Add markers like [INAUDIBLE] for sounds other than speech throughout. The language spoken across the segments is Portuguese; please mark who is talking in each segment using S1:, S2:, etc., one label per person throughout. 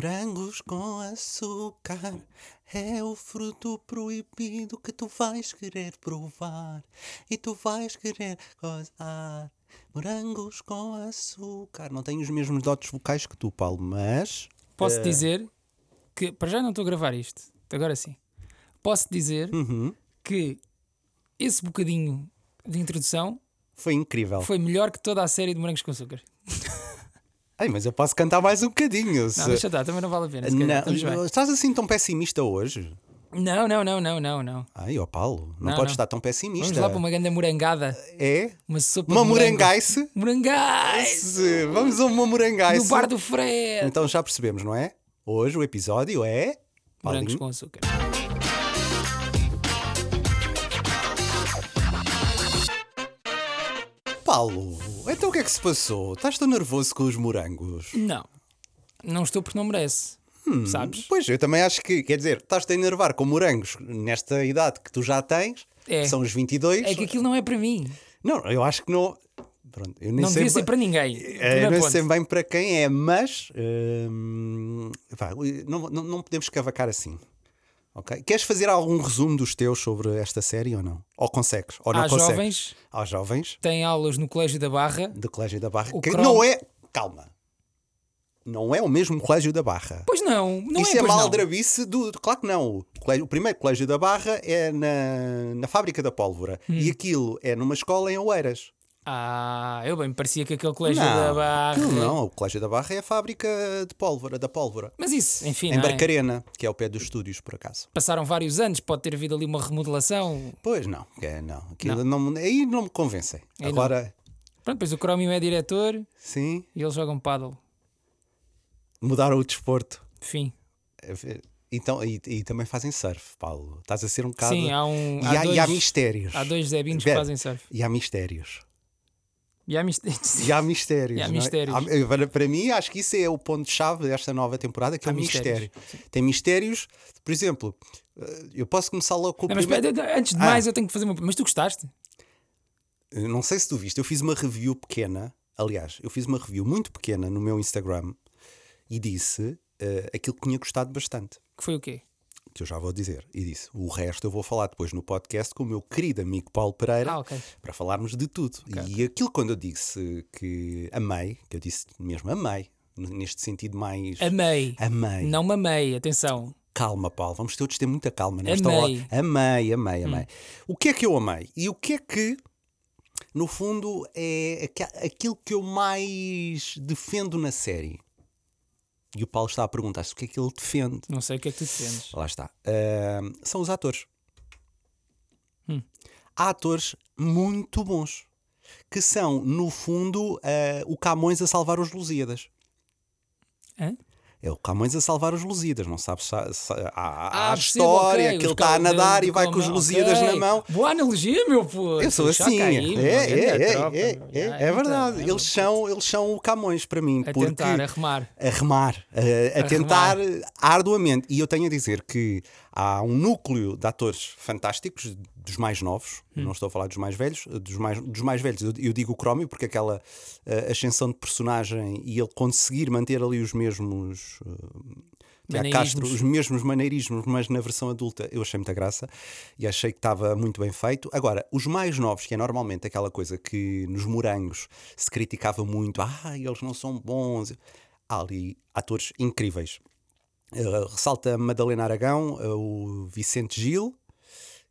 S1: Morangos com açúcar é o fruto proibido que tu vais querer provar e tu vais querer gozar. Morangos com açúcar. Não tenho os mesmos dotes vocais que tu, Paulo, mas.
S2: Posso dizer que. Para já não estou a gravar isto, agora sim. Posso dizer
S1: uhum,
S2: que esse bocadinho de introdução
S1: Foi incrível.
S2: foi melhor que toda a série de Morangos com Açúcar.
S1: Ei, mas eu posso cantar mais um bocadinho.
S2: Não,
S1: se-
S2: deixa estar, também não vale a pena. se
S1: Não,
S2: calhar, estamos bem.
S1: estás assim tão pessimista hoje?
S2: Não, não, não, não, não, não.
S1: Ai, ó Paulo, não,
S2: Não,
S1: podes
S2: não.
S1: estar tão pessimista.
S2: Vamos lá para uma grande morangada.
S1: É?
S2: Uma sopa
S1: Uma
S2: de morango.
S1: morangaice?
S2: Morangais!
S1: Vamos a uma
S2: No
S1: morangaice.
S2: bar do Fred!
S1: Então já percebemos, não é? Hoje o episódio é.
S2: Morangos
S1: Paulinho,
S2: com açúcar.
S1: Paulo, então o que é que se passou? Estás tão nervoso com os morangos?
S2: Não. Não estou porque não merece.
S1: Hum,
S2: Sabes?
S1: Pois, eu também acho que, quer dizer, estás-te a enervar com morangos nesta idade que tu já tens,
S2: É.
S1: que são os 22.
S2: É que aquilo não é para mim.
S1: Não, eu acho que não. Pronto, eu nem
S2: não
S1: sei.
S2: devia ser
S1: bem-
S2: para ninguém.
S1: É,
S2: Primeiro
S1: não
S2: ponto.
S1: sei bem para quem é, mas. hum, vá, não, não, não podemos cavacar assim. Ok? Queres fazer algum resumo dos teus sobre esta série ou não? Ou consegues? Ou não
S2: Há
S1: consegues?
S2: jovens
S1: Aos jovens
S2: que têm aulas no Colégio da Barra.
S1: do Colégio da Barra.
S2: O
S1: que
S2: Crom-
S1: não é. Calma. Não é o mesmo Colégio da Barra.
S2: Pois não, não
S1: Isso
S2: é,
S1: é
S2: pois não.
S1: maldrabice do. Claro que não. O, colégio- o primeiro colégio da Barra é na, na fábrica da pólvora.
S2: Hum.
S1: E aquilo é numa escola em Oeiras.
S2: Ah, eu bem me parecia que aquele Colégio da
S1: não,
S2: Barra.
S1: aquilo não. O colégio da Barra é a fábrica de pólvora, da pólvora.
S2: Mas isso, enfim,
S1: Em
S2: não é?
S1: Barcarena, que é ao pé dos estúdios, por acaso.
S2: passaram vários anos, pode ter havido ali uma remodelação.
S1: Pois não, é, não. Aquilo não. me- aí não me convencem.
S2: Aí não.
S1: Agora,
S2: Pronto, depois o Crómio é diretor
S1: sim,
S2: e eles jogam paddle.
S1: mudaram o desporto.
S2: Fim.
S1: Então, e, e também fazem surf, Paulo. Estás a ser um bocado.
S2: Sim, há um.
S1: e, há,
S2: dois,
S1: e há mistérios.
S2: há dois Zebinhos que
S1: Vera,
S2: fazem surf.
S1: E há mistérios.
S2: E há [LAUGHS] mistérios.
S1: E há mistérios.
S2: E há
S1: não é?
S2: mistérios.
S1: Há- para, para mim, acho que isso é o ponto-chave desta nova temporada, que é
S2: Há
S1: o mistério.
S2: mistérios,
S1: Tem mistérios, por exemplo, eh, eu posso começar logo com o
S2: Não, mas
S1: primeiro.
S2: espera, antes de
S1: Ah.
S2: mais, eu tenho que fazer uma. Mas tu gostaste?
S1: Eu Não sei se tu viste, eu fiz uma review pequena. Aliás, eu fiz uma review muito pequena no meu Instagram e disse eh, aquilo que tinha gostado bastante.
S2: Que foi o quê?
S1: Que eu já vou dizer. E disse: o resto eu vou falar depois no podcast com o meu querido amigo Paulo Pereira.
S2: Ah, ok.
S1: para falarmos de tudo. e aquilo quando eu disse que amei, que eu disse mesmo amei, n- neste sentido mais.
S2: Amei.
S1: Amei.
S2: Não mamei, atenção.
S1: Calma, Paulo, vamos todos ter muita calma nesta
S2: Amei. Hum.
S1: hora. Amei, amei, amei. O que é que eu amei? E o que é que, no fundo, é aqua- aquilo que eu mais defendo na série? E o Paulo está a perguntar-se o que é que ele defende.
S2: Não sei o que é que tu defendes.
S1: Lá está. Ahm, são os atores.
S2: Hum.
S1: Há atores muito bons que são, no fundo, ah, o Camões a salvar os Lusíadas.
S2: Hã?
S1: É o Camões a salvar os Lusíadas, não sabes? sa- sa- Há, há
S2: Ah,
S1: a
S2: percebo,
S1: história
S2: ok,
S1: que
S2: os
S1: ele está a
S2: caras
S1: nadar e
S2: dele
S1: vai com os
S2: a mão,
S1: Lusíadas
S2: ok.
S1: na mão.
S2: Boa analogia, meu pô.
S1: Eu sou
S2: Deixa
S1: assim.
S2: cair,
S1: é,
S2: meu,
S1: é,
S2: grande
S1: é,
S2: tropa,
S1: é, é,
S2: meu, já,
S1: é
S2: então,
S1: verdade.
S2: é
S1: Eles são, eles são o Camões para mim.
S2: A
S1: porque
S2: tentar, a remar.
S1: a remar, a, a
S2: A
S1: tentar arduamente. E eu tenho a dizer que há um núcleo de atores fantásticos, dos mais novos, não estou a falar dos mais velhos, dos mais, dos mais velhos, eu, eu digo o Crómio, porque aquela eh, ascensão de personagem e ele conseguir manter ali os mesmos. eh, Tiago
S2: Maneirismos.
S1: Castro, os mesmos maneirismos, mas na versão adulta eu achei muita graça e achei que estava muito bem feito. Agora, os mais novos, que é normalmente aquela coisa que nos morangos se criticava muito, ah, eles não são bons. Há ali atores incríveis. Eh, ressalta Madalena Aragão, eh, o Vicente Gil,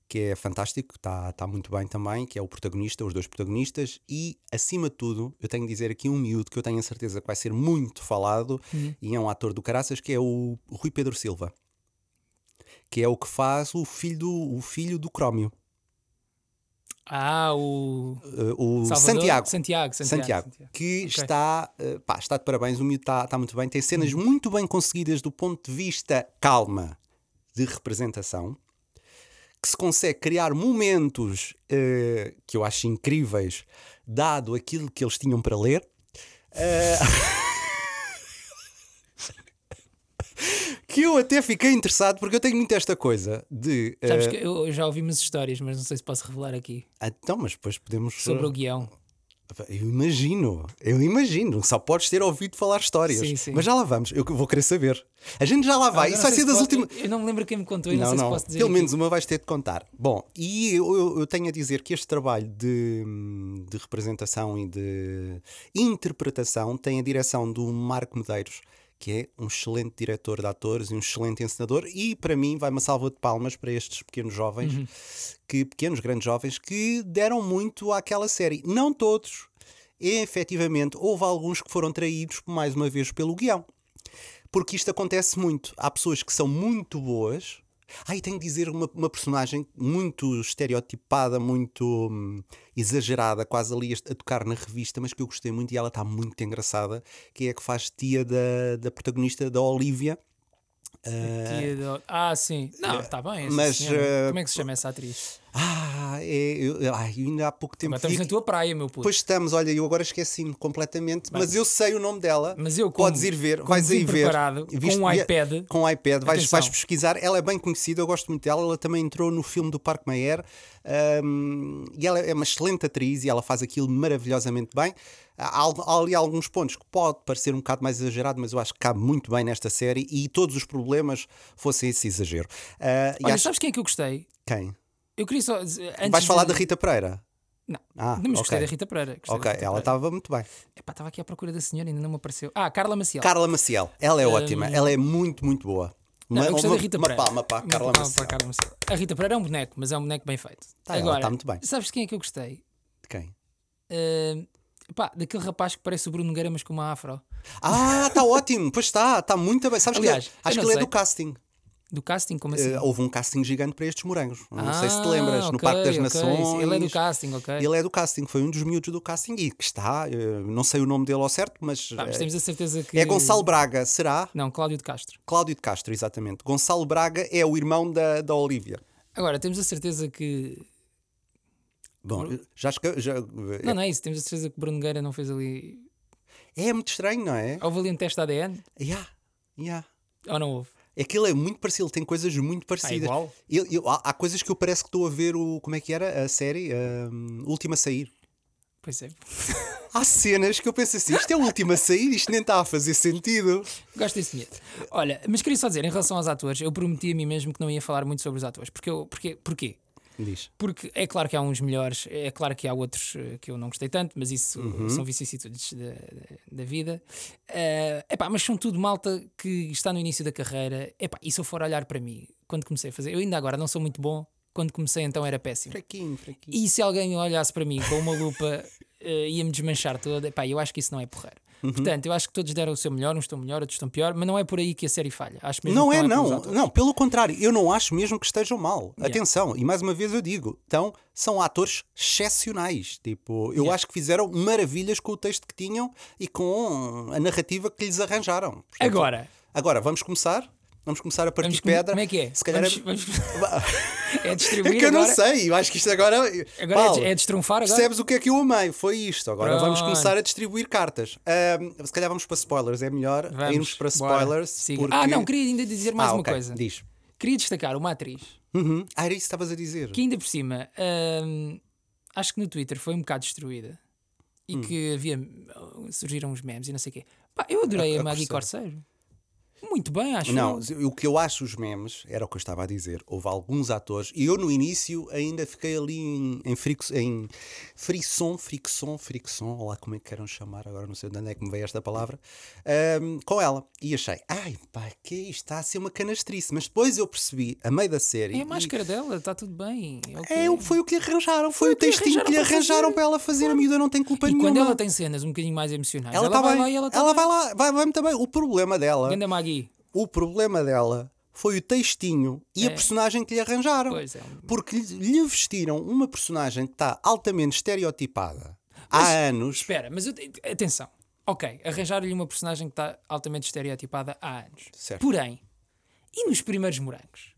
S1: que é fantástico, está tá muito bem também, que é o protagonista, os dois protagonistas, e acima de tudo, eu tenho de dizer aqui um miúdo que eu tenho a certeza que vai ser muito falado, e é um ator do Caraças, que é o Rui Pedro Silva, que é o que faz o filho do, o filho do Crómio,
S2: Ah, o.
S1: eh, o
S2: Salvador?
S1: Santiago.
S2: Santiago, Santiago.
S1: Santiago, que
S2: Ok.
S1: está, eh, pá, está de parabéns, o miúdo está, está muito bem, tem cenas
S2: Uhum.
S1: muito bem conseguidas do ponto de vista calma de representação, que se consegue criar momentos eh, que eu acho incríveis, dado aquilo que eles tinham para ler. Eh, [LAUGHS] que eu até fiquei interessado, porque eu tenho muito esta coisa de. eh,
S2: Sabes que eu eu já ouvi umas histórias, mas não sei se posso revelar aqui.
S1: ah, então, mas depois podemos.
S2: Sobre o guião.
S1: Eu imagino, eu imagino, só podes ter ouvido falar histórias.
S2: Sim, sim. Ah,
S1: Mas já lá vamos, eu que vou querer saber. A gente já lá vai,
S2: Eu não
S1: isso vai ser
S2: sei se
S1: das
S2: posso-
S1: últimas.
S2: Eu não me lembro quem me contou, eu não, sei se posso dizer.
S1: Pelo
S2: aqui.
S1: menos uma vais ter de contar. Bom, e eu, eu- eu tenho a dizer que este trabalho de, hum, de representação e de interpretação tem a direção do Marco Medeiros, que é um excelente diretor de atores e um excelente encenador, e para mim vai uma salva de palmas para estes pequenos jovens,
S2: Uhum.
S1: que, pequenos, grandes jovens, que deram muito àquela série. Não todos. E, efetivamente, houve alguns que foram traídos, mais uma vez, pelo guião. Porque isto acontece muito. Há pessoas que são muito boas. Ah, e tenho de dizer uma, uma personagem muito estereotipada, muito hum, exagerada, quase ali a a tocar na revista, mas que eu gostei muito e ela está muito engraçada, que é a que faz tia da, da protagonista da Olivia.
S2: Tia do- Ah, sim. Não, está bem. essa
S1: Eh, mas,
S2: senhora.
S1: eh,
S2: Como é que se chama essa atriz?
S1: Ah, é, eu, ai, ainda há pouco tempo.
S2: Mas estamos
S1: vi
S2: na
S1: que-
S2: tua praia, meu puto.
S1: Pois estamos, olha, eu agora esqueci-me completamente, mas eu sei o nome dela.
S2: Mas eu, como-
S1: Podes ir ver,
S2: como
S1: vais aí ver.
S2: despreparado, com um
S1: e-
S2: iPad.
S1: Com um iPad, vais,
S2: Atenção.
S1: vais pesquisar. Ela é bem conhecida, eu gosto muito dela. Ela também entrou no filme do Parque Mayer hum, e ela é uma excelente atriz e ela faz aquilo maravilhosamente bem. Há, al- há ali alguns pontos que pode parecer um bocado mais exagerado, mas eu acho que cabe muito bem nesta série e todos os problemas fossem esse exagero. Ah, e
S2: Olha,
S1: acho
S2: sabes quem é que eu gostei?
S1: quem?
S2: Eu queria só. dizer- Antes
S1: Vais falar
S2: de...
S1: da Rita Pereira?
S2: Não,
S1: Ah,
S2: mas gostei
S1: ok.
S2: da Rita Pereira. gostei da
S1: Ok,
S2: Rita
S1: ela
S2: Pereira.
S1: estava muito bem.
S2: Epá, estava aqui à procura da senhora e ainda não me apareceu. Ah, Carla Maciel.
S1: Carla Maciel, ela é ótima, ela é muito, muito boa.
S2: Hum. Não, eu gostei
S1: uma,
S2: da Rita
S1: uma
S2: Pereira.
S1: palma para a
S2: Uma
S1: Carla
S2: palma para
S1: Maciel.
S2: a Carla Maciel. A Rita Pereira é um boneco, mas é um boneco bem feito.
S1: Tá, ela
S2: Agora,
S1: tá muito bem.
S2: sabes de quem é que eu gostei?
S1: De Quem?
S2: Ahm, pá, daquele rapaz que parece o Bruno Nogueira, mas com uma afro.
S1: Ah, está ótimo, pois está, está muito bem. Sabes
S2: Aliás,
S1: que
S2: eu
S1: acho que
S2: não
S1: ele é
S2: sei.
S1: do casting.
S2: Do casting, como assim?
S1: Eh, houve um casting gigante para estes morangos. Não sei se te
S2: Ah,
S1: lembras, no
S2: ok,
S1: Parque das
S2: ok.
S1: Nações.
S2: Ele é do casting, ok.
S1: Ele é do casting, foi um dos miúdos do casting e que está, eh, não sei o nome dele ao certo, mas.
S2: Pá, mas
S1: eh,
S2: temos a certeza que.
S1: É Gonçalo Braga, será?
S2: Não, Cláudio de Castro.
S1: Cláudio de Castro, exatamente. Gonçalo Braga é o irmão da, da Olivia.
S2: Agora, temos a certeza que.
S1: Bom, já, esca- já-
S2: Não, não é isso. Temos a certeza que Bruno Nogueira não fez ali.
S1: é muito estranho, não é?
S2: Houve ali um teste ADN?
S1: Yeah, yeah.
S2: Ou não houve?
S1: É que ele é muito parecido, ele tem coisas muito parecidas.
S2: Ah, é igual?
S1: Eu- eu- há, há coisas que eu parece que estou a ver o. Como é que era a série? Ahm, Última a sair.
S2: Pois é.
S1: Há cenas que eu penso assim: isto é o último a sair, isto nem está a fazer sentido.
S2: Gosto desse dinheiro. Olha, mas queria só dizer, em relação aos atores, eu prometi a mim mesmo que não ia falar muito sobre os atores. Porque eu, porque, porquê?
S1: Diz.
S2: Porque é claro que há uns melhores, é claro que há outros eh, que eu não gostei tanto, mas isso eh, são vicissitudes da, da- da vida. Eh, epá, mas são tudo malta que está no início da carreira. Epá, e se eu for olhar para mim, quando comecei a fazer, eu ainda agora não sou muito bom, quando comecei então era péssimo.
S1: Fraquinho, fraquinho.
S2: E se alguém olhasse para mim com uma lupa [LAUGHS] eh, ia-me desmanchar toda, epá, eu acho que isso não é porreiro.
S1: Uhum.
S2: Portanto, eu acho que todos deram o seu melhor, uns estão melhor, outros estão pior, mas não é por aí que a série falha. Acho mesmo
S1: Não
S2: que
S1: é,
S2: pelos
S1: não.
S2: atores.
S1: Não, pelo contrário, eu não acho mesmo que estejam mal. Atenção, e mais uma vez eu digo: então, são atores excepcionais. Tipo, eu acho que fizeram maravilhas com o texto que tinham e com a narrativa que lhes arranjaram. Portanto,
S2: Agora,
S1: Agora, vamos começar? Vamos começar a partir
S2: vamos,
S1: de pedra.
S2: como é que é?
S1: Se calhar
S2: Vamos-
S1: [LAUGHS]
S2: vamos- é
S1: É
S2: distribuir
S1: que eu não
S2: agora.
S1: sei, eu acho que isto agora.
S2: Agora é
S1: Paulo,
S2: de- é destrunfar agora?
S1: Percebes o que é que eu amei? Foi isto. Agora vamos
S2: Pronto.
S1: começar a distribuir cartas. Ahm, se calhar vamos para spoilers, é melhor
S2: Vamos,
S1: irmos para
S2: bora.
S1: spoilers.
S2: Siga.
S1: porque-
S2: Ah, não, queria ainda dizer mais
S1: Ah,
S2: uma
S1: ok,
S2: coisa.
S1: Diz.
S2: Queria destacar uma atriz
S1: Uhum. Ah, era isso que estavas a dizer.
S2: que, ainda por cima, hum, acho que no Twitter foi um bocado destruída
S1: Hum.
S2: e que havia. surgiram uns memes e não sei o quê. Pá, eu adorei a,
S1: a
S2: Maggie Corseiro. Muito bem, acho
S1: Não,
S2: eu.
S1: o que eu acho os memes era o que eu estava a dizer. Houve alguns atores e eu no início ainda fiquei ali em, em, frix, em frisson, fricção, fricção, olá como é que queiram chamar, agora não sei de onde é que me veio esta palavra, ahm, com ela. E achei, ai pá, que isto está a ser uma canastrice. Mas depois eu percebi, a meio da série.
S2: É
S1: e-
S2: a máscara dela, está tudo bem. é o que
S1: É,
S2: é.
S1: o- foi o que lhe arranjaram, foi, o
S2: que lhe
S1: textinho que lhe arranjaram
S2: arranjaram para fazer.
S1: para ela fazer. A miúda não tem culpa
S2: E
S1: nenhuma.
S2: quando ela tem cenas um bocadinho mais emocionais,
S1: Ela
S2: ela,
S1: está
S2: vai
S1: bem,
S2: lá e ela tá está
S1: ela vai lá, vai, vai muito bem. O problema dela.
S2: Ganda Maggie.
S1: O problema dela foi o textinho e a personagem que lhe arranjaram.
S2: É. Pois é, um-
S1: Porque lhe- lhe vestiram uma personagem que está altamente estereotipada há anos.
S2: Espera, mas eu te- atenção. Ok, arranjaram-lhe uma personagem que está altamente estereotipada há anos.
S1: Certo.
S2: Porém, e nos primeiros morangos?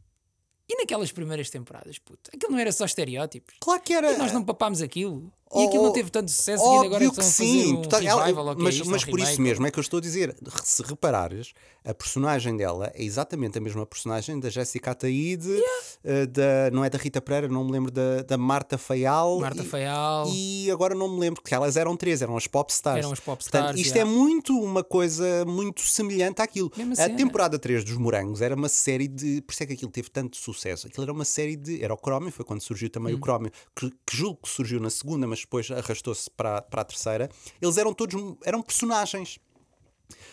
S2: E naquelas primeiras temporadas, puto? Aquilo não era só estereótipos?
S1: Claro que era.
S2: E nós não papámos aquilo? E aquilo não teve tanto sucesso e ainda
S1: É. Oh, Óbvio
S2: agora
S1: que
S2: estão a fazer
S1: sim,
S2: um
S1: Tu tá- ela-
S2: revival, ou o que é
S1: mas,
S2: isto,
S1: mas
S2: ou um
S1: por isso
S2: remake.
S1: mesmo é que eu estou a dizer. Se reparares, a personagem dela é exatamente a mesma personagem da Jéssica Ataíde, eh, da, não é da Rita Pereira, não me lembro da, da Marta Faial.
S2: Marta
S1: e,
S2: Faial.
S1: E agora não me lembro, porque elas eram três, eram as popstars.
S2: Eram as popstars,
S1: Portanto, isto
S2: já.
S1: é muito uma coisa muito semelhante àquilo.
S2: Mesma
S1: A
S2: cena.
S1: temporada 3 dos Morangos era uma série de. Por isso é que aquilo teve tanto sucesso. Aquilo era uma série de. Era o Crómio, foi quando surgiu também
S2: Hum.
S1: o Crómio, que, que julgo que surgiu na segunda, mas depois arrastou-se para, a- para a terceira. Eles eram todos. eram personagens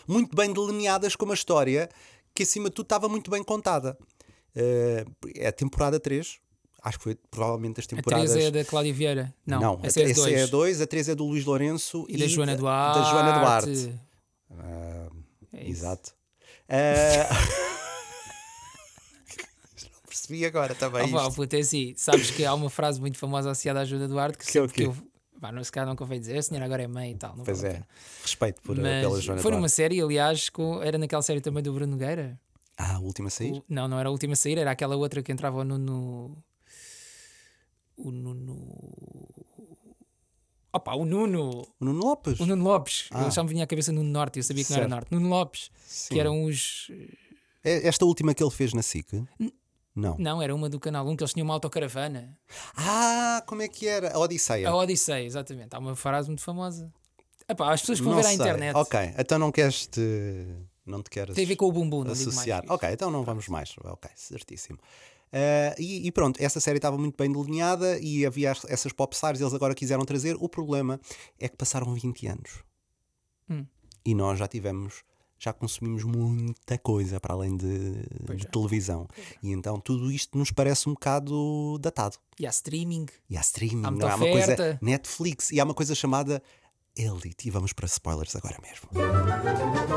S1: muito bem delineadas com uma história que, acima de tudo, estava muito bem contada. Eh, é a temporada 3. Acho que foi provavelmente as
S2: A
S1: temporadas.
S2: 3 é da Cláudia Vieira. Não,
S1: Não,
S2: essa é a
S1: essa é a
S2: 2.
S1: 2, a 3 é do Luís Lourenço
S2: E da Joana Duarte.
S1: da Joana Duarte.
S2: É isso.
S1: Exato. Ah, [LAUGHS] Não percebi agora também.
S2: Ah, pá,
S1: isto.
S2: puta, é assim, sabes que há uma frase muito famosa associada à Joana Duarte que,
S1: Que é o
S2: sempre que eu. Pá, não, se calhar nunca vai dizer, a senhora agora é mãe e tal. Não
S1: Pois
S2: vale a
S1: é.
S2: pena.
S1: Respeito por, eh,
S2: Mas
S1: pela Joana
S2: foi numa
S1: Duarte.
S2: série, aliás, com, era naquela série também do Bruno Nogueira.
S1: Ah, a última a sair?
S2: O- não, não era a última a sair, era aquela outra que entrava no. no... O Nuno. Opa, o Nuno!
S1: O Nuno Lopes.
S2: O Nuno Lopes.
S1: Ah.
S2: Eu já me vinha à cabeça Nuno Norte, eu sabia que não era
S1: Certo.
S2: Norte. Nuno Lopes,
S1: Sim.
S2: que eram os.
S1: É Esta última que ele fez na SIC? Não.
S2: Não, era uma do Canal 1, que eles tinham uma autocaravana.
S1: Ah, como é que era? A Odisseia.
S2: A Odisseia, exatamente. Há uma frase muito famosa. Epá, as pessoas que vão
S1: Não
S2: ver à
S1: sei.
S2: internet.
S1: Ok, então não queres te. Não te queres.
S2: Tem a ver com o bumbum, não
S1: associar.
S2: digo mais.
S1: Ok, então não vamos mais. Ok, certíssimo. Ah, e, e pronto, essa série estava muito bem delineada e havia as- essas pop stars, eles agora quiseram trazer. O problema é que passaram 20 anos
S2: Hum.
S1: e nós já tivemos, já consumimos muita coisa para além de,
S2: Pois
S1: de
S2: é.
S1: televisão. E então tudo isto nos parece um bocado datado.
S2: E há streaming.
S1: E há streaming,
S2: Há
S1: não
S2: muita
S1: é? há uma coisa
S2: oferta.
S1: Netflix e há uma coisa chamada Elite. E vamos para spoilers agora mesmo.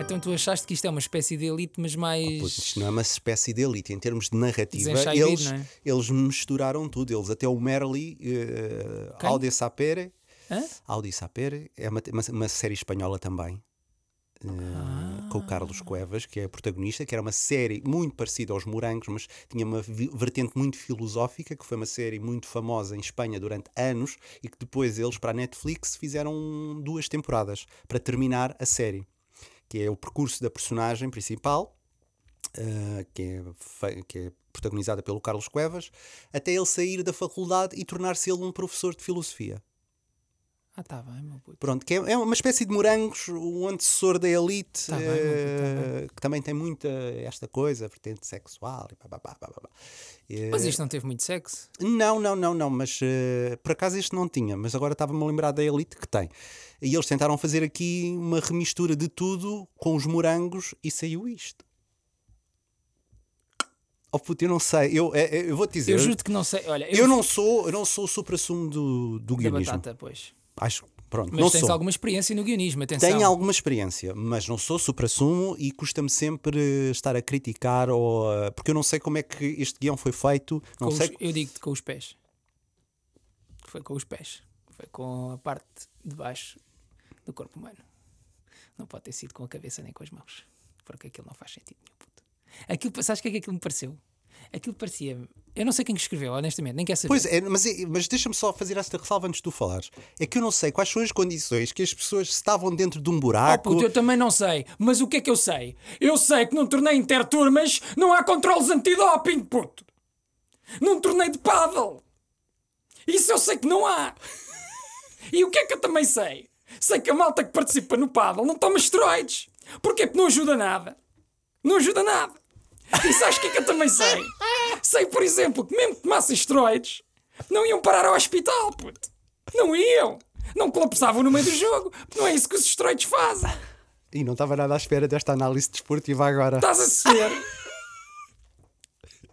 S2: Então tu achaste que isto é uma espécie de elite, mas mais.
S1: Pois, isto não é uma espécie de elite. Em termos de narrativa,
S2: Desenchaibido,
S1: eles,
S2: não é?
S1: eles misturaram tudo. Eles até o Merli, eh,
S2: Quem?
S1: Aude Sapere.
S2: Hã?
S1: Audi Sapere é uma, uma- uma série espanhola também. eh, Com o Carlos Cuevas, que é a protagonista, que era uma série muito parecida aos Morangos, mas tinha uma vi- vertente muito filosófica, que foi uma série muito famosa em Espanha durante anos e que depois eles, para a Netflix, fizeram duas temporadas para terminar a série, que é o percurso da personagem principal, eh, que, é, fe- que é protagonizada pelo Carlos Cuevas, até ele sair da faculdade e tornar-se ele um professor de filosofia.
S2: Ah, tá bem, meu puto.
S1: Pronto, que é, é uma espécie de morangos, o antecessor da elite,
S2: Tá bem,
S1: eh,
S2: muito
S1: que também tem muita esta coisa, vertente sexual e pá, pá, pá, pá, pá, pá. Eh,
S2: Mas isto não teve muito sexo.
S1: Não, não, não, não, mas eh, por acaso este não tinha, mas agora estava-me a lembrar da elite que tem. E eles tentaram fazer aqui uma remistura de tudo com os morangos e saiu isto. Oh puto, eu não sei, eu, é- é- eu vou-te dizer.
S2: Eu juro que não sei. Olha,
S1: eu não sou, eu não sou o supra-sumo do, do
S2: Da
S1: guionismo.
S2: batata, pois.
S1: Acho, pronto,
S2: Mas
S1: não
S2: tens
S1: sou.
S2: alguma experiência no guionismo, atenção.
S1: Tenho alguma experiência, mas não sou supra-sumo e custa-me sempre eh, estar a criticar ou a- porque eu não sei como é que este guião foi feito,
S2: Com
S1: não
S2: os-
S1: sei.
S2: Eu digo-te com os pés. Foi com os pés. Foi com a parte de baixo do corpo humano. Não pode ter sido com a cabeça nem com as mãos. Porque aquilo não faz sentido nenhum. Puto. Aquilo, sabes o que é que aquilo me pareceu? Aquilo parecia. Eu não sei quem que escreveu, honestamente, nem quer saber.
S1: Pois é, mas, é- mas deixa-me só fazer esta ressalva antes de tu falares. É que eu não sei quais são as condições que as pessoas estavam dentro de um
S2: Oh,
S1: buraco.
S2: puto, eu também não sei. Mas o que é que eu sei? Eu sei que num torneio interturmas não há controles antidoping, puto. Num torneio de paddle. Isso eu sei que não há. E o que é que eu também sei? Sei que a malta que participa no paddle não toma esteroides. Porquê? Porque não ajuda nada. Não ajuda nada. E sabes o que é que eu também sei? Sei, por exemplo, que mesmo que tomassem esteroides, não iam parar ao hospital, puto. Não iam. Não colapsavam no meio do jogo. Não é isso que os esteroides fazem.
S1: E não estava nada à espera desta análise desportiva agora.
S2: Estás a saber?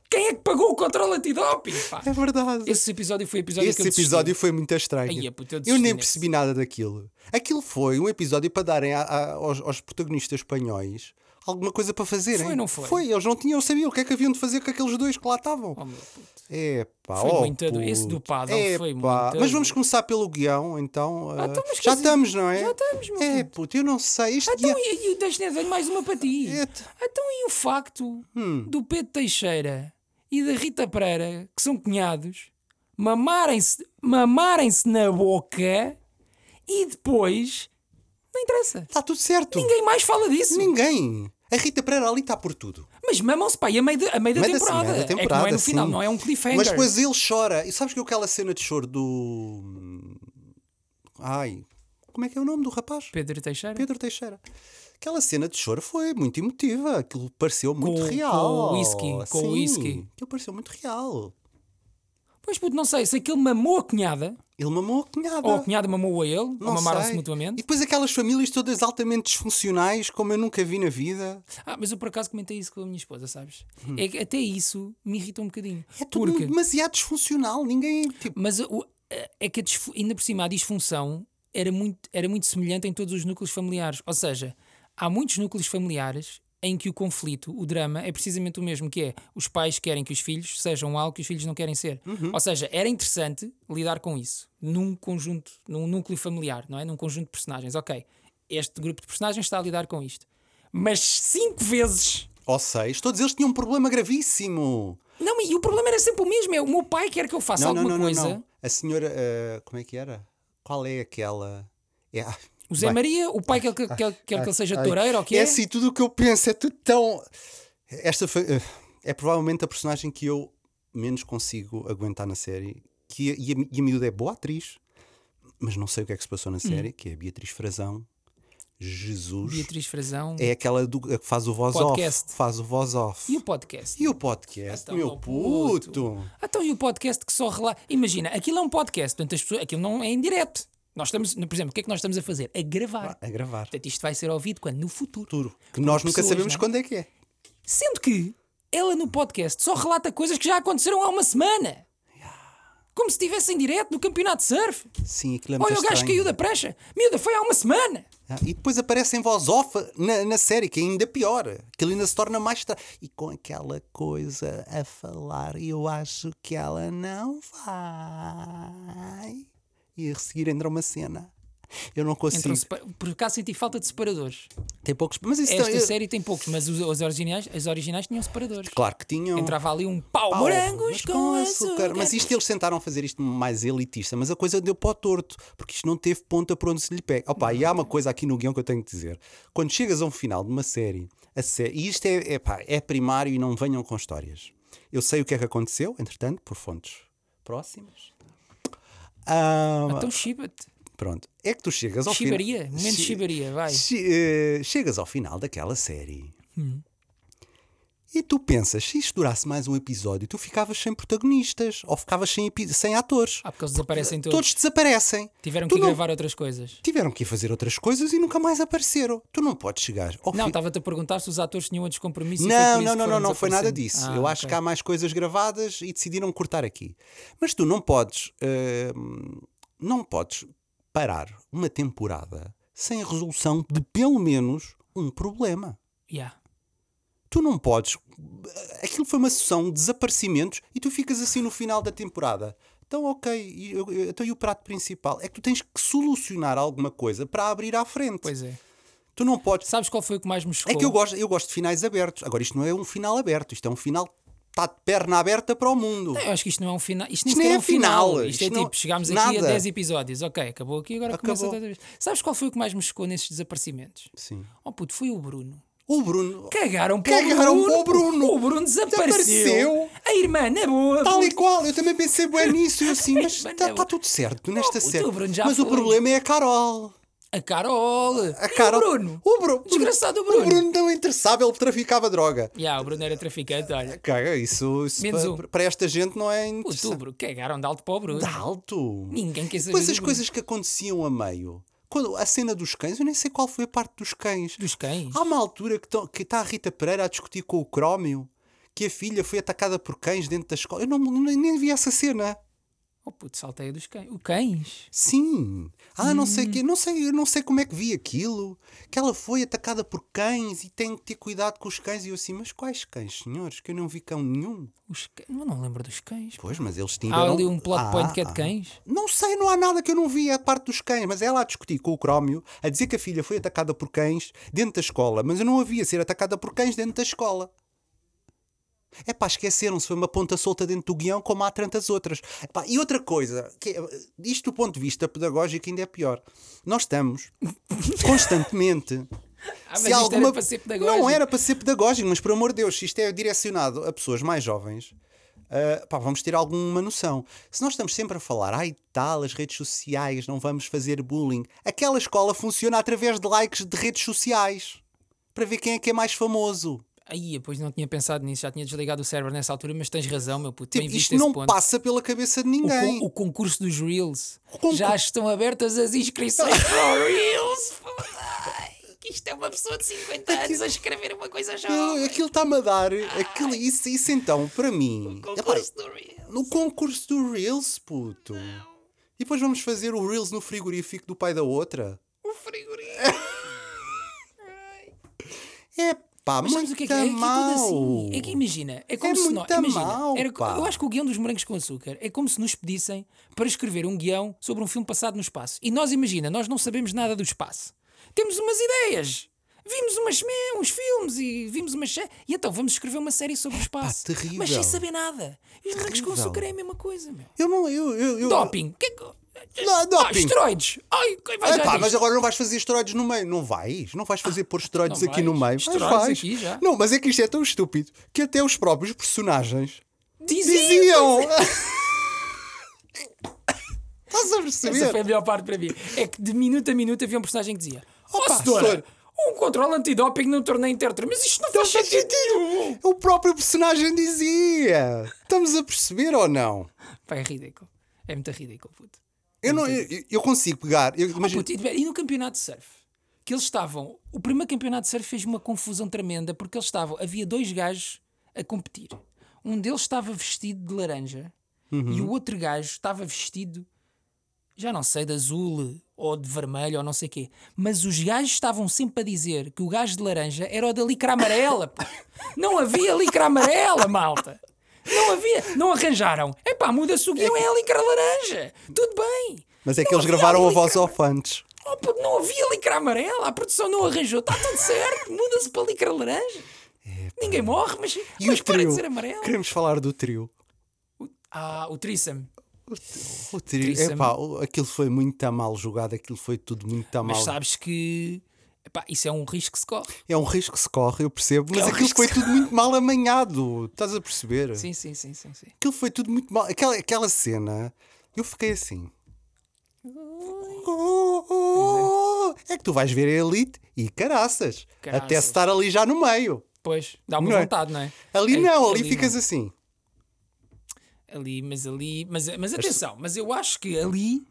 S2: Quem é que pagou o controle antidoping, pá?
S1: É verdade.
S2: Esse episódio foi o episódio
S1: Esse
S2: que eu desisti.
S1: episódio foi muito estranho.
S2: Ai, é puto, eu
S1: eu,
S2: desisti
S1: nem
S2: nesse.
S1: percebi nada daquilo. Aquilo foi um episódio para darem a- a- aos, aos protagonistas espanhóis alguma coisa para fazerem.
S2: Foi, não foi?
S1: Foi, eles não tinham, sabiam o que é que haviam de fazer com aqueles dois que lá estavam.
S2: Oh, meu puto.
S1: É pá, É
S2: Foi muito adu- esse do Paddle foi muito
S1: Mas vamos
S2: adu-
S1: começar pelo guião, então. eh,
S2: então, mas
S1: já
S2: quer dizer,
S1: estamos, não é?
S2: já estamos, meu
S1: É
S2: puto.
S1: puto, eu não sei. Este
S2: Então,
S1: guião-
S2: e, e o Teixeira, olha, mais uma para ti.
S1: Eita. Hum.
S2: Então, e o facto do Pedro Teixeira e da Rita Pereira, que são cunhados, mamarem-se mamarem-se na boca e depois não interessa.
S1: Está tudo certo.
S2: Ninguém mais fala disso.
S1: Ninguém. A Rita Pereira ali está por tudo.
S2: Mas mamam-se, pá, e a meio, de- a meio da,
S1: Mete-se,
S2: temporada.
S1: mete a
S2: É que não é no
S1: sim.
S2: final, não é um cliffhanger.
S1: Mas depois ele chora. E sabes que aquela cena de choro do. Ai, como é que é o nome do rapaz?
S2: Pedro Teixeira.
S1: Pedro Teixeira. Aquela cena de choro foi muito emotiva. Aquilo pareceu muito
S2: Com-
S1: real.
S2: com o whisky, com o
S1: Sim,
S2: whisky.
S1: Aquilo pareceu muito real.
S2: Pois puto, não sei, se aquele mamou a cunhada,
S1: Ele mamou a cunhada.
S2: ou a cunhada mamou a ele, ou
S1: Não
S2: mamaram-se
S1: sei.
S2: mutuamente.
S1: E depois aquelas famílias todas altamente disfuncionais, como eu nunca vi na vida.
S2: Ah, mas eu por acaso comentei isso com a minha esposa, sabes? É que até isso me irrita um bocadinho.
S1: Hum. É tudo
S2: Porque-
S1: demasiado disfuncional. Ninguém. Tipo,
S2: Mas o- é é que a disfu- ainda por cima a disfunção era muito, era muito semelhante em todos os núcleos familiares. Ou seja, há muitos núcleos familiares em que o conflito, o drama, é precisamente o mesmo, que é os pais querem que os filhos sejam algo que os filhos não querem ser.
S1: Uhum.
S2: Ou seja, era interessante lidar com isso num conjunto, num núcleo familiar, não é? Num conjunto de personagens. Ok, este grupo de personagens está a lidar com isto. Mas cinco vezes
S1: ou seis, oh, todos eles tinham um problema gravíssimo.
S2: não, e o problema era sempre o mesmo: é o meu pai quer que eu faça
S1: Não, não,
S2: alguma
S1: não, não,
S2: coisa.
S1: não. A senhora. eh, como é que era? Qual é aquela. É, ah,
S2: O Zé
S1: bem.
S2: Maria, o pai quer que, quer, quer que ele seja
S1: Ai,
S2: toureiro ou que
S1: É
S2: é?
S1: assim, tudo o que eu penso é tudo tão. Esta foi- eh, é provavelmente a personagem que eu menos consigo aguentar na série. Que, e, a, mi- e a miúda é boa atriz, mas não sei o que é que se passou
S2: Hum.
S1: na série, que é a Beatriz Frazão. Jesus.
S2: Beatriz Frazão
S1: É aquela do, a que faz o voz
S2: Podcast.
S1: off. Faz o voz off.
S2: e o podcast.
S1: E o podcast,
S2: Então,
S1: meu
S2: meu puto.
S1: puto.
S2: Então, e o podcast que só relata. Imagina, aquilo é um podcast, portanto, as pessoas, aquilo não é em direto. Nós estamos, por exemplo, o que é que nós estamos a fazer? A gravar.
S1: Ah, A gravar.
S2: Portanto, isto vai ser ouvido quando? No futuro.
S1: Futuro. Que nós nunca
S2: pessoas,
S1: sabemos
S2: não é?
S1: quando é que é.
S2: Sendo que ela no podcast só relata coisas que já aconteceram há uma semana. Como se estivesse em direto no campeonato de surf.
S1: Sim, aquilo é muito
S2: Olha, o gajo
S1: estranho.
S2: caiu da prancha. Miúda, foi há uma semana.
S1: Ah, E depois aparece em voz off na, na série, que é ainda pior. Que ele ainda se torna mais. Tra... E com aquela coisa a falar, eu acho que ela não vai. E a seguir entra uma cena. Eu não
S2: Entram
S1: consigo.
S2: separ- Por acaso senti falta de separadores.
S1: Tem poucos. Mas isso
S2: Esta
S1: tem-
S2: série tem poucos, mas os, os originais, as originais tinham separadores.
S1: Claro que tinham.
S2: Entrava ali um pau,
S1: Então, Pau,
S2: morangos
S1: mas
S2: com açúcar.
S1: Mas isto eles tentaram fazer isto mais elitista, mas a coisa deu para o torto, porque isto não teve ponta por onde se lhe pega. Opa, e há uma coisa aqui no guião que eu tenho que dizer. Quando chegas a um final de uma série, a sé- e isto é, é, pá, é primário e não venham com histórias. Eu sei o que é que aconteceu, entretanto, por fontes próximas. Ah,
S2: Então chiba-te.
S1: pronto, é que tu chegas ao final.
S2: Chibaria, momento de
S1: Chi-
S2: chibaria, vai.
S1: Che- eh, chegas ao final daquela série
S2: Hum.
S1: e tu pensas, se isto durasse mais um episódio, tu ficavas sem protagonistas ou ficavas sem, epi- sem atores.
S2: Ah, porque eles desaparecem todos.
S1: Todos desaparecem.
S2: Tiveram
S1: tu
S2: que
S1: não-
S2: gravar outras coisas.
S1: Tiveram que ir fazer outras coisas e nunca mais apareceram. Tu não podes chegar ao
S2: Não,
S1: fi-
S2: estava-te a perguntar se os atores tinham outros compromissos. e
S1: Não,
S2: foi por isso
S1: não,
S2: que
S1: não, não,
S2: foram
S1: não foi nada disso.
S2: desaparecendo.
S1: Eu
S2: Ah,
S1: acho
S2: ok.
S1: que há mais coisas gravadas e decidiram cortar aqui. Mas tu não podes, eh, não podes parar uma temporada sem a resolução de pelo menos um problema.
S2: Yeah.
S1: tu não podes. Aquilo foi uma sessão de desaparecimentos e tu ficas assim no final da temporada. Então, ok, e, eu- eu- então e o prato principal? É que tu tens que solucionar alguma coisa para abrir à frente.
S2: Pois é.
S1: Tu não podes.
S2: Sabes qual foi o que mais me chocou?
S1: É que eu gosto, eu gosto de finais abertos. Agora, isto não é um final aberto, isto é um final. Está de perna aberta para o mundo.
S2: Eu acho que isto não é um final. Isto nem
S1: Isto
S2: sequer
S1: nem
S2: é
S1: é
S2: um
S1: final,
S2: final. Isto, é
S1: isto não-
S2: tipo, chegámos aqui a
S1: nada.
S2: 10 episódios. Ok, acabou aqui, agora começa
S1: Acabou.
S2: outra vez. Sabes qual foi o que mais me chocou nesses desaparecimentos?
S1: Sim.
S2: Oh puto, foi o Bruno.
S1: O Bruno.
S2: Cagaram para
S1: Cagaram
S2: o Bruno.
S1: para o Bruno.
S2: O Bruno desapareceu.
S1: Desapareceu.
S2: A irmã, na boa.
S1: Tal e qual, eu também pensei bem nisso. Eu
S2: [LAUGHS]
S1: assim, mas
S2: Mas
S1: está
S2: não.
S1: tudo certo nesta
S2: o teu
S1: série.
S2: Bruno já
S1: mas o
S2: foi.
S1: problema é a Carol.
S2: A Carol.
S1: A Carol.
S2: E o Bruno.
S1: O Bruno.
S2: Desgraçado o
S1: O
S2: Bruno.
S1: Bruno não interessava, ele traficava droga.
S2: Ya, o Bruno era traficante, olha.
S1: Caga, isso, isso
S2: Menos
S1: pa-
S2: um.
S1: para, esta gente não é
S2: O
S1: interessante.
S2: tubro, cagaram de alto para o Bruno.
S1: De alto.
S2: Ninguém quer saber.
S1: Depois
S2: do
S1: as
S2: Bruno.
S1: coisas que aconteciam a meio. Quando, a cena dos cães, eu nem sei qual foi a parte dos cães.
S2: Dos cães.
S1: Há uma altura que está a Rita Pereira a discutir com o Crómio que a filha foi atacada por cães dentro da escola. Eu não, me- nem, nem vi essa cena.
S2: Oh puto, saltei dos cães. O cães?
S1: Sim. Ah, não
S2: Hum.
S1: sei que, não sei, eu não sei como é que vi aquilo. Que ela foi atacada por cães e tem que ter cuidado com os cães. E eu assim, mas quais cães, senhores? Que eu não vi cão nenhum.
S2: Os cães. Eu não lembro dos cães.
S1: Pois, mas eles
S2: Há
S1: tiveram.
S2: ali um plot
S1: Ah,
S2: point que é de
S1: ah.
S2: cães.
S1: Não sei, não há nada que eu não vi é a parte dos cães, mas ela a discutir com o Crómio, a dizer que a filha foi atacada por cães dentro da escola, mas eu não a vi a ser atacada por cães dentro da escola. É pá, esqueceram-se, foi uma ponta solta dentro do guião, como há tantas outras. Epá, e outra coisa, que é- isto do ponto de vista pedagógico ainda é pior. Nós estamos constantemente.
S2: Ah, mas isto era para ser pedagógico.
S1: Não era para ser pedagógico, mas por amor de Deus, se isto é direcionado a pessoas mais jovens, ah, pá, vamos ter alguma noção. Se nós estamos sempre a falar, ai tal, as redes sociais, não vamos fazer bullying, aquela escola funciona através de likes de redes sociais para ver quem é que é mais famoso.
S2: Aí, pois não tinha pensado nisso, já tinha desligado o cérebro nessa altura, mas tens razão, meu puto.
S1: Tipo,
S2: bem
S1: isto
S2: visto esse
S1: não
S2: ponto.
S1: passa pela cabeça de
S2: O,
S1: ninguém.
S2: con- o concurso dos Reels.
S1: concur-
S2: Já estão abertas as
S1: [LAUGHS]
S2: inscrições para o Reels. foda-se. Ai, que Isto é uma pessoa de 50 anos a escrever uma coisa
S1: Eu-
S2: jovem.
S1: Aquilo está-me a dar. Aquilo, isso, isso então, para mim. Epá,
S2: Concurso do Reels.
S1: no concurso do Reels, puto. E depois vamos fazer o Reels no frigorífico do pai da outra.
S2: O frigorífico.
S1: É pá,
S2: Mas sabes
S1: muito
S2: o que é que é? É que é tudo
S1: mau.
S2: assim. É que imagina, é como se nós.
S1: muito
S2: Imagina,
S1: mau,
S2: era co-
S1: pá.
S2: eu acho que o guião dos morangos com açúcar é como se nos pedissem para escrever um guião sobre um filme passado no espaço. E nós, imagina, nós não sabemos nada do espaço. Temos umas ideias. Vimos umas, me- uns filmes e vimos umas. sé- E então vamos escrever uma série sobre o espaço.
S1: terrível.
S2: Mas sem saber nada. E os morangos com
S1: Terrível.
S2: açúcar é a mesma coisa, meu.
S1: Eu não. Eu, eu, eu...
S2: Doping. Que é que-
S1: Não,
S2: Ah,
S1: doping.
S2: esteroides. Ai, quem vai
S1: É
S2: já
S1: pá,
S2: disto? Ah,
S1: mas agora não vais fazer esteroides no meio. Não vais? Não vais fazer pôr esteroides
S2: não
S1: aqui no
S2: vais.
S1: meio? Mas
S2: Esteroides
S1: vais.
S2: aqui já.
S1: Não, mas é que isto é tão estúpido que até os próprios personagens
S2: Diziam.
S1: diziam. [LAUGHS] Estás a
S2: Essa foi a
S1: perceber?
S2: melhor parte para mim. É que de minuto a minuto havia um personagem que dizia: Ó
S1: Opa,
S2: senhora,
S1: senhor.
S2: um controle antidoping não tornei intertermo, mas isto não faz
S1: faz
S2: sentido nenhum.
S1: O próprio personagem dizia. Estamos a perceber ou não?
S2: Pá, é ridículo. É muito ridículo, puto.
S1: Eu, não, eu, eu consigo pegar.
S2: Ah,
S1: Eu, imagino-
S2: Puto, e, de- e no campeonato de surf? Que eles estavam. O primeiro campeonato de surf fez uma confusão tremenda porque eles estavam. Havia dois gajos a competir. Um deles estava vestido de laranja e o outro gajo estava vestido, já não sei, de azul ou de vermelho ou não sei o quê. Mas os gajos estavam sempre a dizer que o gajo de laranja era o da licra amarela. pá. Não havia licra amarela, malta. Não havia, não arranjaram. Epá, muda-se o guião, é a licra laranja. Tudo bem.
S1: Mas é que
S2: Não
S1: eles
S2: havia
S1: gravaram a
S2: licra
S1: voz off antes.
S2: Oh, puto, não havia licra amarela, a produção não arranjou, está tudo certo, muda-se para licra laranja. Ninguém morre, mas,
S1: É, E
S2: mas
S1: o
S2: para de
S1: trio?
S2: ser amarelo.
S1: Queremos falar do trio.
S2: Ah, o Trissam.
S1: O trio,
S2: Tríssimo.
S1: epá, o- aquilo foi muito mal jogado, aquilo foi tudo muito
S2: Mas
S1: mal.
S2: sabes que epá, isso é um risco que se corre.
S1: É um risco que se corre, eu percebo, mas
S2: um
S1: aquilo
S2: risco
S1: foi
S2: que
S1: tudo muito mal amanhado. Estás a perceber?
S2: Sim, sim, sim, sim. sim.
S1: Aquilo foi tudo muito mal. Aquela, aquela cena, eu fiquei assim. Oh, oh, é que tu vais ver a Elite e caraças,
S2: Caraças.
S1: até se estar ali já no meio.
S2: Pois, dá uma
S1: Não é?
S2: vontade, não é?
S1: Ali
S2: É,
S1: não, ali,
S2: não.
S1: ficas assim.
S2: Ali, mas ali. Mas, mas atenção, mas eu acho que ali.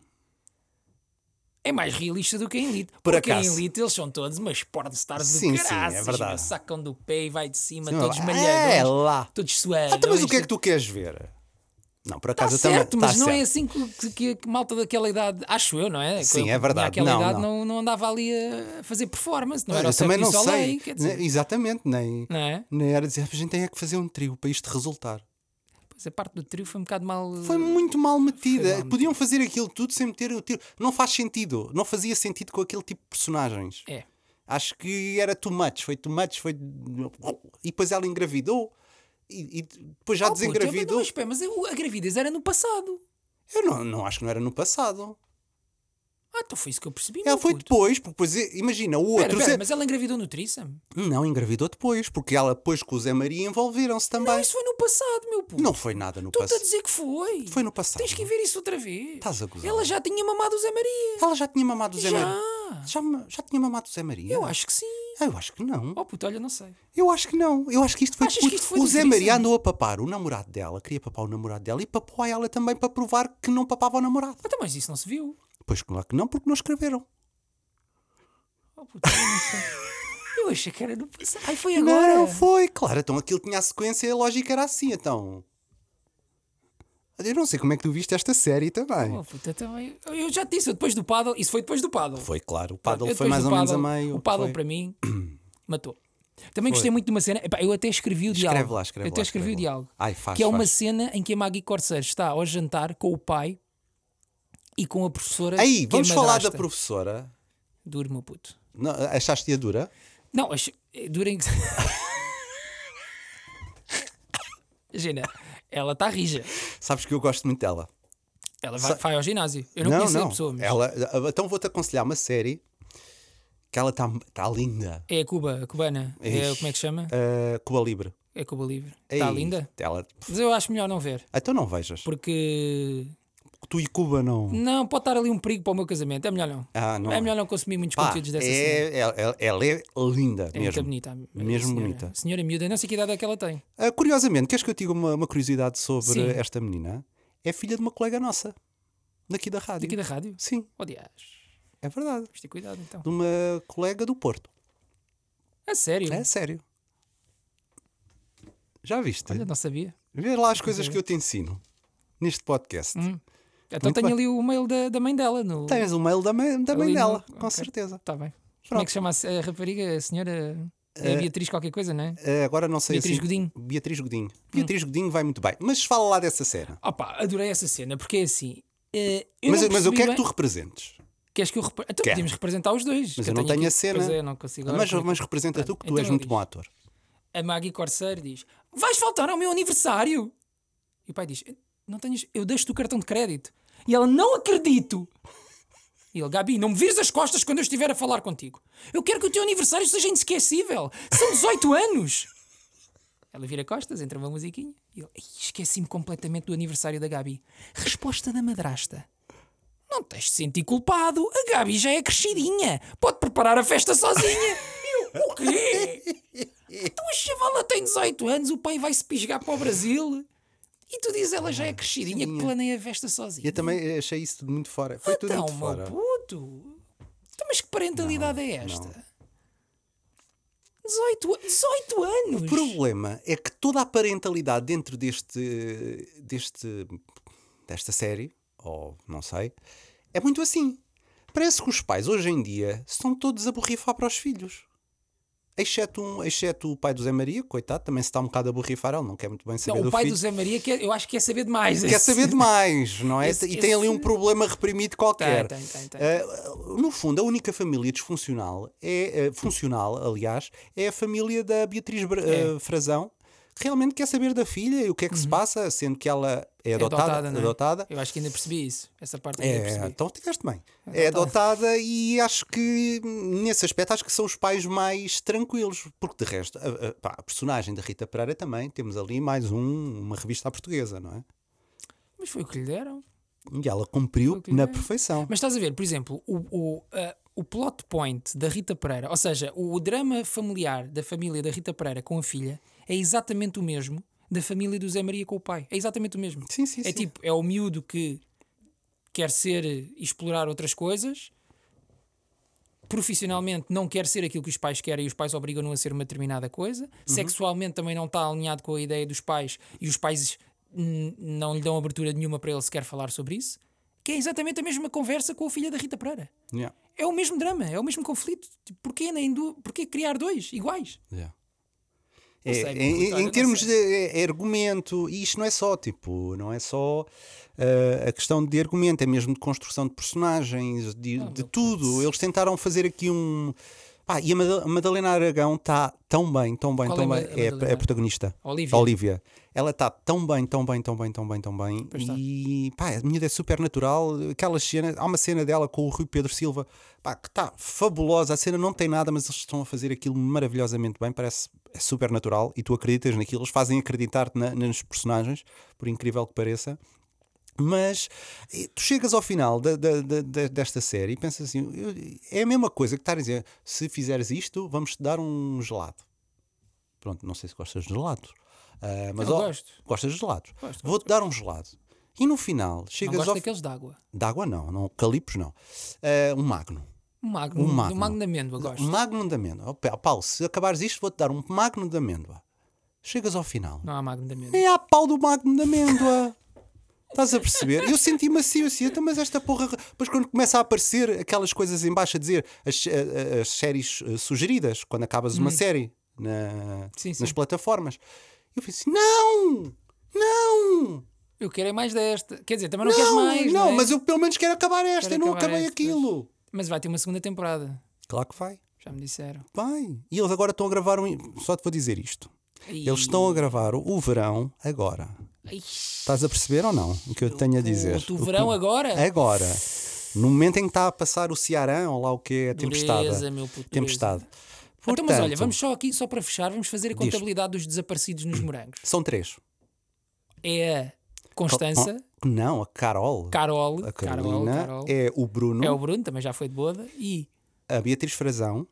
S2: É mais realista do que em Elite.
S1: Por
S2: Porque
S1: acaso.
S2: em Elite eles são todos umas pornstars
S1: Sim,
S2: do
S1: sim, é
S2: caraças.
S1: verdade.
S2: meu, Sacam do pé e vai de cima,
S1: Sim,
S2: todos
S1: é
S2: malhadões.
S1: lá.
S2: Todos suados.
S1: Ah, então, mas o que é que tu queres ver? Não, por
S2: Está
S1: acaso eu também.
S2: certo, mas
S1: tá
S2: não
S1: certo.
S2: é assim que, que- que- que malta daquela idade, acho eu, não é?
S1: Sim,
S2: Que
S1: é verdade.
S2: Naquela
S1: Não,
S2: idade
S1: não.
S2: não. não andava ali a fazer performance, não era
S1: eu
S2: o
S1: também não
S2: Cirque du
S1: sei. Né?
S2: Soleil, quer dizer,
S1: Ne- Exatamente, nem,
S2: não é?
S1: nem era dizer, "Ah, a gente tem é que fazer um trio para isto resultar.
S2: Pois a parte do trio foi um bocado mal.
S1: Foi muito mal metida.
S2: mal
S1: Podiam fazer aquilo tudo sem meter o tiro. Não faz sentido. Não fazia sentido com aquele tipo de personagens.
S2: É.
S1: Acho que era too much. Foi too much. Foi... E depois ela engravidou. E, e depois já
S2: Oh, puto,
S1: desengravidou.
S2: mas, espera, mas eu- a gravidez era no passado.
S1: Eu não, não acho que não era no passado.
S2: Ah, então foi isso que eu percebi.
S1: Ela
S2: meu
S1: foi
S2: Oh, puto.
S1: depois, porque depois, imagina, o
S2: Espera,
S1: outro.
S2: espera,
S1: Zé-
S2: mas ela engravidou no Trissam?
S1: Não, engravidou depois, porque ela depois com o Zé Maria envolveram-se
S2: Não,
S1: também.
S2: isso foi no passado, meu puto.
S1: Não, foi nada no
S2: Estou-te a
S1: passado.
S2: dizer que foi.
S1: Foi no passado.
S2: Tens que ver isso outra vez.
S1: Estás a gozar.
S2: Ela já tinha mamado o Zé Maria.
S1: Ela já tinha mamado o Zé
S2: Já.
S1: Maria. Já, ma- já tinha mamado o Zé Maria?
S2: Eu acho que sim.
S1: Ah, eu acho que não.
S2: Oh puto, olha, não sei.
S1: Eu acho que não. Eu acho que isto foi.
S2: Achas
S1: por-
S2: que isto foi
S1: o
S2: do
S1: Zé
S2: Crisma?
S1: Maria andou a papar o namorado dela, queria papar o namorado dela e papou a ela também para provar que não papava o namorado.
S2: Então, mas isso não se viu.
S1: Pois claro que não, porque não escreveram.
S2: Oh, puta, eu não sei. Eu achei que era no passado. Ai, foi agora.
S1: Não, foi. Claro, então aquilo tinha a sequência e a lógica era assim, então. Eu não sei como é que tu viste esta série também.
S2: Oh, puta, também. Eu já te disse, eu depois do paddle, isso foi depois do paddle.
S1: Foi claro, o
S2: Eu
S1: paddle foi
S2: depois
S1: mais
S2: do
S1: ou menos a
S2: paddle,
S1: meio.
S2: O paddle
S1: foi.
S2: para mim [CLEARS THROAT] matou. Também gostei muito de uma cena. epá, eu até escrevi o diálogo.
S1: Escreve lá, escreve
S2: eu até
S1: lá,
S2: escrevi o
S1: escreve lá.
S2: diálogo.
S1: Ai, faz,
S2: que é uma
S1: faz.
S2: cena em que a Maggie Corsair está ao jantar com o pai e com a professora. que
S1: Aí,
S2: é
S1: vamos falar da
S2: madrasta.
S1: professora.
S2: Duro, meu puto. eh,
S1: Não, [LAUGHS] achaste-a dura?
S2: Não, acho... durem. Imagina, ela está rija.
S1: Sabes que eu gosto muito dela.
S2: Ela vai,
S1: Sa-
S2: vai ao ginásio. Eu não, conheço a pessoa, mas
S1: Ela, então vou-te aconselhar uma série que ela está tá linda.
S2: é a Cuba, a cubana. É,
S1: Ixi.
S2: como é que chama?
S1: Ah, Cuba Libre.
S2: É Cuba Livre. Está
S1: Ei,
S2: linda.
S1: Ela,
S2: Mas eu acho melhor não ver,
S1: então não vejas.
S2: porque
S1: Tu e Cuba não.
S2: não pode estar ali um perigo para o meu casamento. É melhor não.
S1: Ah, não.
S2: é melhor não consumir muitos
S1: Pá,
S2: conteúdos dessa senhora.
S1: é, ela, ela- ela é linda
S2: É muito
S1: mesmo.
S2: bonita. a- a
S1: Mesmo
S2: senhora.
S1: bonita.
S2: Senhora miúda, não sei que idade é que ela tem.
S1: Ah, curiosamente, queres que eu te diga uma, uma curiosidade sobre
S2: Sim.
S1: esta menina? É filha de uma colega nossa, daqui da rádio.
S2: Daqui da rádio?
S1: Sim,
S2: Oh, dias.
S1: é verdade.
S2: Vamos ter cuidado então.
S1: De uma colega do Porto.
S2: A sério?
S1: É sério. Já viste?
S2: Olha, não sabia.
S1: Vê lá as coisas que eu te ensino neste podcast.
S2: Então
S1: Muito
S2: tenho
S1: bem.
S2: ali o mail da, da mãe dela. No...
S1: Tens o mail da mãe, da mãe
S2: Ali no-
S1: dela, com
S2: ok.
S1: certeza.
S2: Tá bem. Como é que se chama a se- a rapariga, a senhora? É a Beatriz qualquer coisa, não é?
S1: Ah, agora não sei
S2: Beatriz
S1: assim-
S2: Godinho. Hum.
S1: Beatriz Godinho. Beatriz Godinho vai muito bem. Mas fala lá dessa cena.
S2: Opa, adorei essa cena, porque é assim. eh, Eu
S1: mas
S2: não
S1: mas o
S2: percebi
S1: que é que
S2: bem-
S1: tu representes?
S2: Queres que eu repre... Então
S1: Quero.
S2: podíamos representar os dois.
S1: Mas
S2: que
S1: eu não tenho
S2: aqui-
S1: a cena.
S2: Pois é, não consigo. agora
S1: mas,
S2: como é que-
S1: mas representa tu que tu
S2: então
S1: és
S2: não
S1: muito
S2: diz.
S1: bom ator.
S2: A Maggie Corsair diz: Vais faltar ao meu aniversário! E o pai diz: Não tens. Eu deixo-te o cartão de crédito. E ela: Não acredito! E ele: Gabi, não me vires as costas quando eu estiver a falar contigo. Eu quero que o teu aniversário seja inesquecível. São 18 anos! Ela vira costas, entra uma musiquinha e ele: "Ei, Esqueci-me completamente do aniversário da Gabi. Resposta da madrasta. Não tens de sentir culpado. A Gabi já é crescidinha. Pode preparar a festa sozinha. Eu, o quê? Então a chavala tem 18 anos, o pai vai-se pisgar para o Brasil. E tu dizes, ela já é crescidinha, que planeia a festa sozinha.
S1: Eu também achei isso tudo muito fora. Foi tudo
S2: Então,
S1: muito
S2: meu
S1: fora.
S2: puto. Então, mas que parentalidade é esta? 18, a- 18
S1: O
S2: anos.
S1: problema é que toda a parentalidade dentro deste, deste desta série, ou não sei, é muito assim. Parece que os pais hoje em dia estão todos a borrifar para os filhos. Exceto, um, exceto o pai do Zé Maria, coitado, também se está um bocado a borrifar, ele não quer muito bem saber
S2: Não,
S1: do
S2: o pai
S1: filho.
S2: do Zé Maria, quer, eu acho que quer saber demais.
S1: Quer saber demais, não é?
S2: Esse-
S1: e tem ali um
S2: esse-
S1: problema reprimido qualquer.
S2: [LAUGHS] Tem, tem, tem, tem.
S1: Ah, no fundo, a única família disfuncional é ah, funcional, aliás, é a família da Beatriz Bra-
S2: É.
S1: ah, Frazão, que realmente quer saber da filha e o que é que se passa, sendo que ela é adotada.
S2: adotada, não é?
S1: adotada.
S2: Eu acho que ainda percebi isso. Essa parte ainda
S1: É,
S2: percebi.
S1: então tiveste bem. É adotada e acho que hum, nesse aspecto acho que são os pais mais tranquilos, porque de resto, a, a- pá, a personagem da Rita Pereira também temos ali mais um, uma revista à portuguesa, não é?
S2: Mas foi o que lhe deram.
S1: E ela cumpriu
S2: Ok.
S1: na perfeição.
S2: Mas estás a ver, por exemplo, o, o, ah, o plot point da Rita Pereira, ou seja, o drama familiar da família da Rita Pereira com a filha é exatamente o mesmo da família do Zé Maria com o pai. É exatamente o mesmo.
S1: Sim, sim,
S2: É
S1: sim.
S2: tipo, é o miúdo que quer ser e explorar outras coisas, profissionalmente não quer ser aquilo que os pais querem e os pais obrigam-no a ser uma determinada coisa,
S1: Uhum.
S2: sexualmente também não está alinhado com a ideia dos pais e os pais hum, não lhe dão abertura nenhuma para ele sequer falar sobre isso, que é exatamente a mesma conversa com a filha da Rita Pereira.
S1: Yeah,
S2: É o mesmo drama, é o mesmo conflito. Tipo, Porquê, nem du- porquê criar dois iguais?
S1: yeah.
S2: Não
S1: É,
S2: sei,
S1: em-
S2: Rui,
S1: em,
S2: olha,
S1: em
S2: não
S1: termos
S2: sei.
S1: de é, é argumento, e isto não é só tipo, não é só ah, a questão de argumento, é mesmo de construção de personagens, de, de
S2: Ah, meu
S1: tudo. Eles tentaram fazer aqui um. Pá, e a Mada- a Madalena Aragão está tão bem, tão bem,
S2: Qual
S1: tão
S2: é a Ma-
S1: bem.
S2: a
S1: É, a- é
S2: Madalena?
S1: a protagonista,
S2: Olivia.
S1: a Olivia. Ela está tão bem, tão bem, tão bem, tão bem, tão bem.
S2: Pois tá. está.
S1: E pá, a menina é super natural. Aquelas cenas, há uma cena dela com o Rui Pedro Silva pá, que está fabulosa. A cena não tem nada, mas eles estão a fazer aquilo maravilhosamente bem. Parece é super natural e tu acreditas naquilo. Eles fazem acreditar-te na- nos personagens, por incrível que pareça. Mas eh, tu chegas ao final da- da- da- da- desta série e pensas assim: eu- é a mesma coisa que estar a dizer, se fizeres isto, vamos te dar um gelado. Pronto, não sei se gostas de gelados. Ah, mas
S2: Eu
S1: ó,
S2: gosto.
S1: Gostas de gelados?
S2: Gosto,
S1: Vou-te dar um gelado. E no final,
S2: Não
S1: chegas
S2: gosto
S1: ao.
S2: daqueles d'água.
S1: De água não, não calipos não. Ah, um magno.
S2: Um magno,
S1: Um
S2: um
S1: magno.
S2: magno. Do magno de amêndoa, gosto.
S1: Um magno de amêndoa. Oh, Pa- Paulo, se acabares isto, vou-te dar um magno de amêndoa. Chegas ao final.
S2: Não há magno de amêndoa.
S1: É a pau do magno de amêndoa. Estás a perceber? Eu senti-me assim, eu assim, "Então, mas esta porra. Depois, quando começa a aparecer aquelas coisas em baixo a dizer as, a- a- as séries eh, sugeridas, quando acabas uma série na-
S2: Hum. Sim, sim.
S1: nas plataformas, eu pensei: não! Não!
S2: Eu quero é mais desta. Quer dizer, também não, queres
S1: Não!
S2: mais.
S1: não,
S2: é?
S1: mas eu pelo menos quero acabar esta,
S2: Quero
S1: eu não
S2: acabar
S1: acabei
S2: esta,
S1: aquilo.
S2: Mas vai ter uma segunda temporada.
S1: Claro que vai.
S2: Já me disseram.
S1: Vai. E eles agora estão a gravar um. Só te vou dizer isto.
S2: E-
S1: Eles estão a gravar o verão agora.
S2: Ixi,
S1: Estás a perceber ou não o que eu tenho a dizer?
S2: puto, o
S1: que-
S2: verão agora?
S1: É Agora. No momento em que está a passar o Ceará, ou lá o que é, a tempestade.
S2: Dureza, meu puto, dureza.
S1: tempestade.
S2: Então, mas olha,
S1: Portanto,
S2: vamos só aqui, só para fechar, vamos fazer a contabilidade dos desaparecidos nos morangos.
S1: São três.
S2: É a Constança,
S1: Não, a Carol.
S2: Carol,
S1: a
S2: Carol,
S1: Carolina
S2: Carol. É...
S1: é o Bruno,
S2: o Bruno, também já foi de boda, e
S1: a Beatriz Frazão,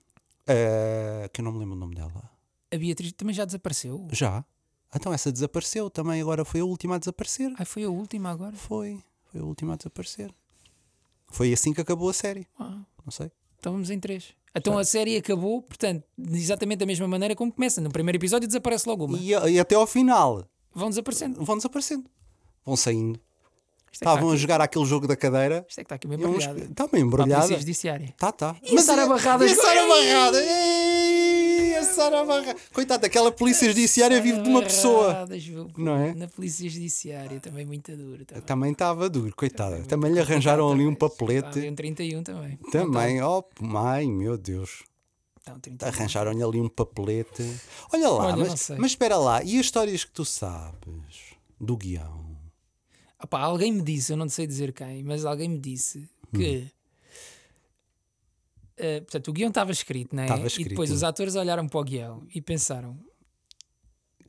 S1: eh, que eu não me lembro o nome dela.
S2: a Beatriz também já desapareceu.
S1: Já. Então essa desapareceu também, agora foi a última a desaparecer.
S2: Ai, foi a última agora.
S1: Foi. Foi a última a desaparecer. Foi assim que acabou a série.
S2: Ah,
S1: Não sei.
S2: então vamos em três. Então a série acabou, portanto, de exatamente da mesma maneira como começa. No primeiro episódio desaparece logo uma.
S1: E, e até ao final
S2: Vão desaparecendo.
S1: vão desaparecendo. Vão saindo.
S2: Isto é que
S1: Estavam
S2: está
S1: a jogar aquele jogo da cadeira.
S2: aqui- isto é que está aqui bem
S1: e uns-
S2: baralhado.
S1: Está bem embrulhada.
S2: Judiciária.
S1: Tá, tá.
S2: E a Sara Barradas?
S1: E a Sara
S2: Ei!
S1: Barrada. Ei, a Sara Barrada. Coitada, aquela polícia judiciária vive de É uma pessoa.
S2: Barradas, vou-
S1: Não é?
S2: Na polícia judiciária também muito dura. Também.
S1: Também estava duro, coitada. Também lhe arranjaram ali um
S2: Está
S1: papelete.
S2: um 31 também.
S1: Também, oh, ai meu Deus.
S2: Está um 31.
S1: Arranjaram-lhe ali um papelete. Olha lá,
S2: Olha, não
S1: mas,
S2: sei.
S1: mas espera lá, e as histórias que tu sabes do guião?
S2: Opá, alguém me disse, eu não sei dizer quem, mas alguém me disse
S1: Hum.
S2: que. eh, portanto, o guião estava escrito, não é?
S1: Estava
S2: E
S1: escrito.
S2: depois os atores olharam para o guião e pensaram: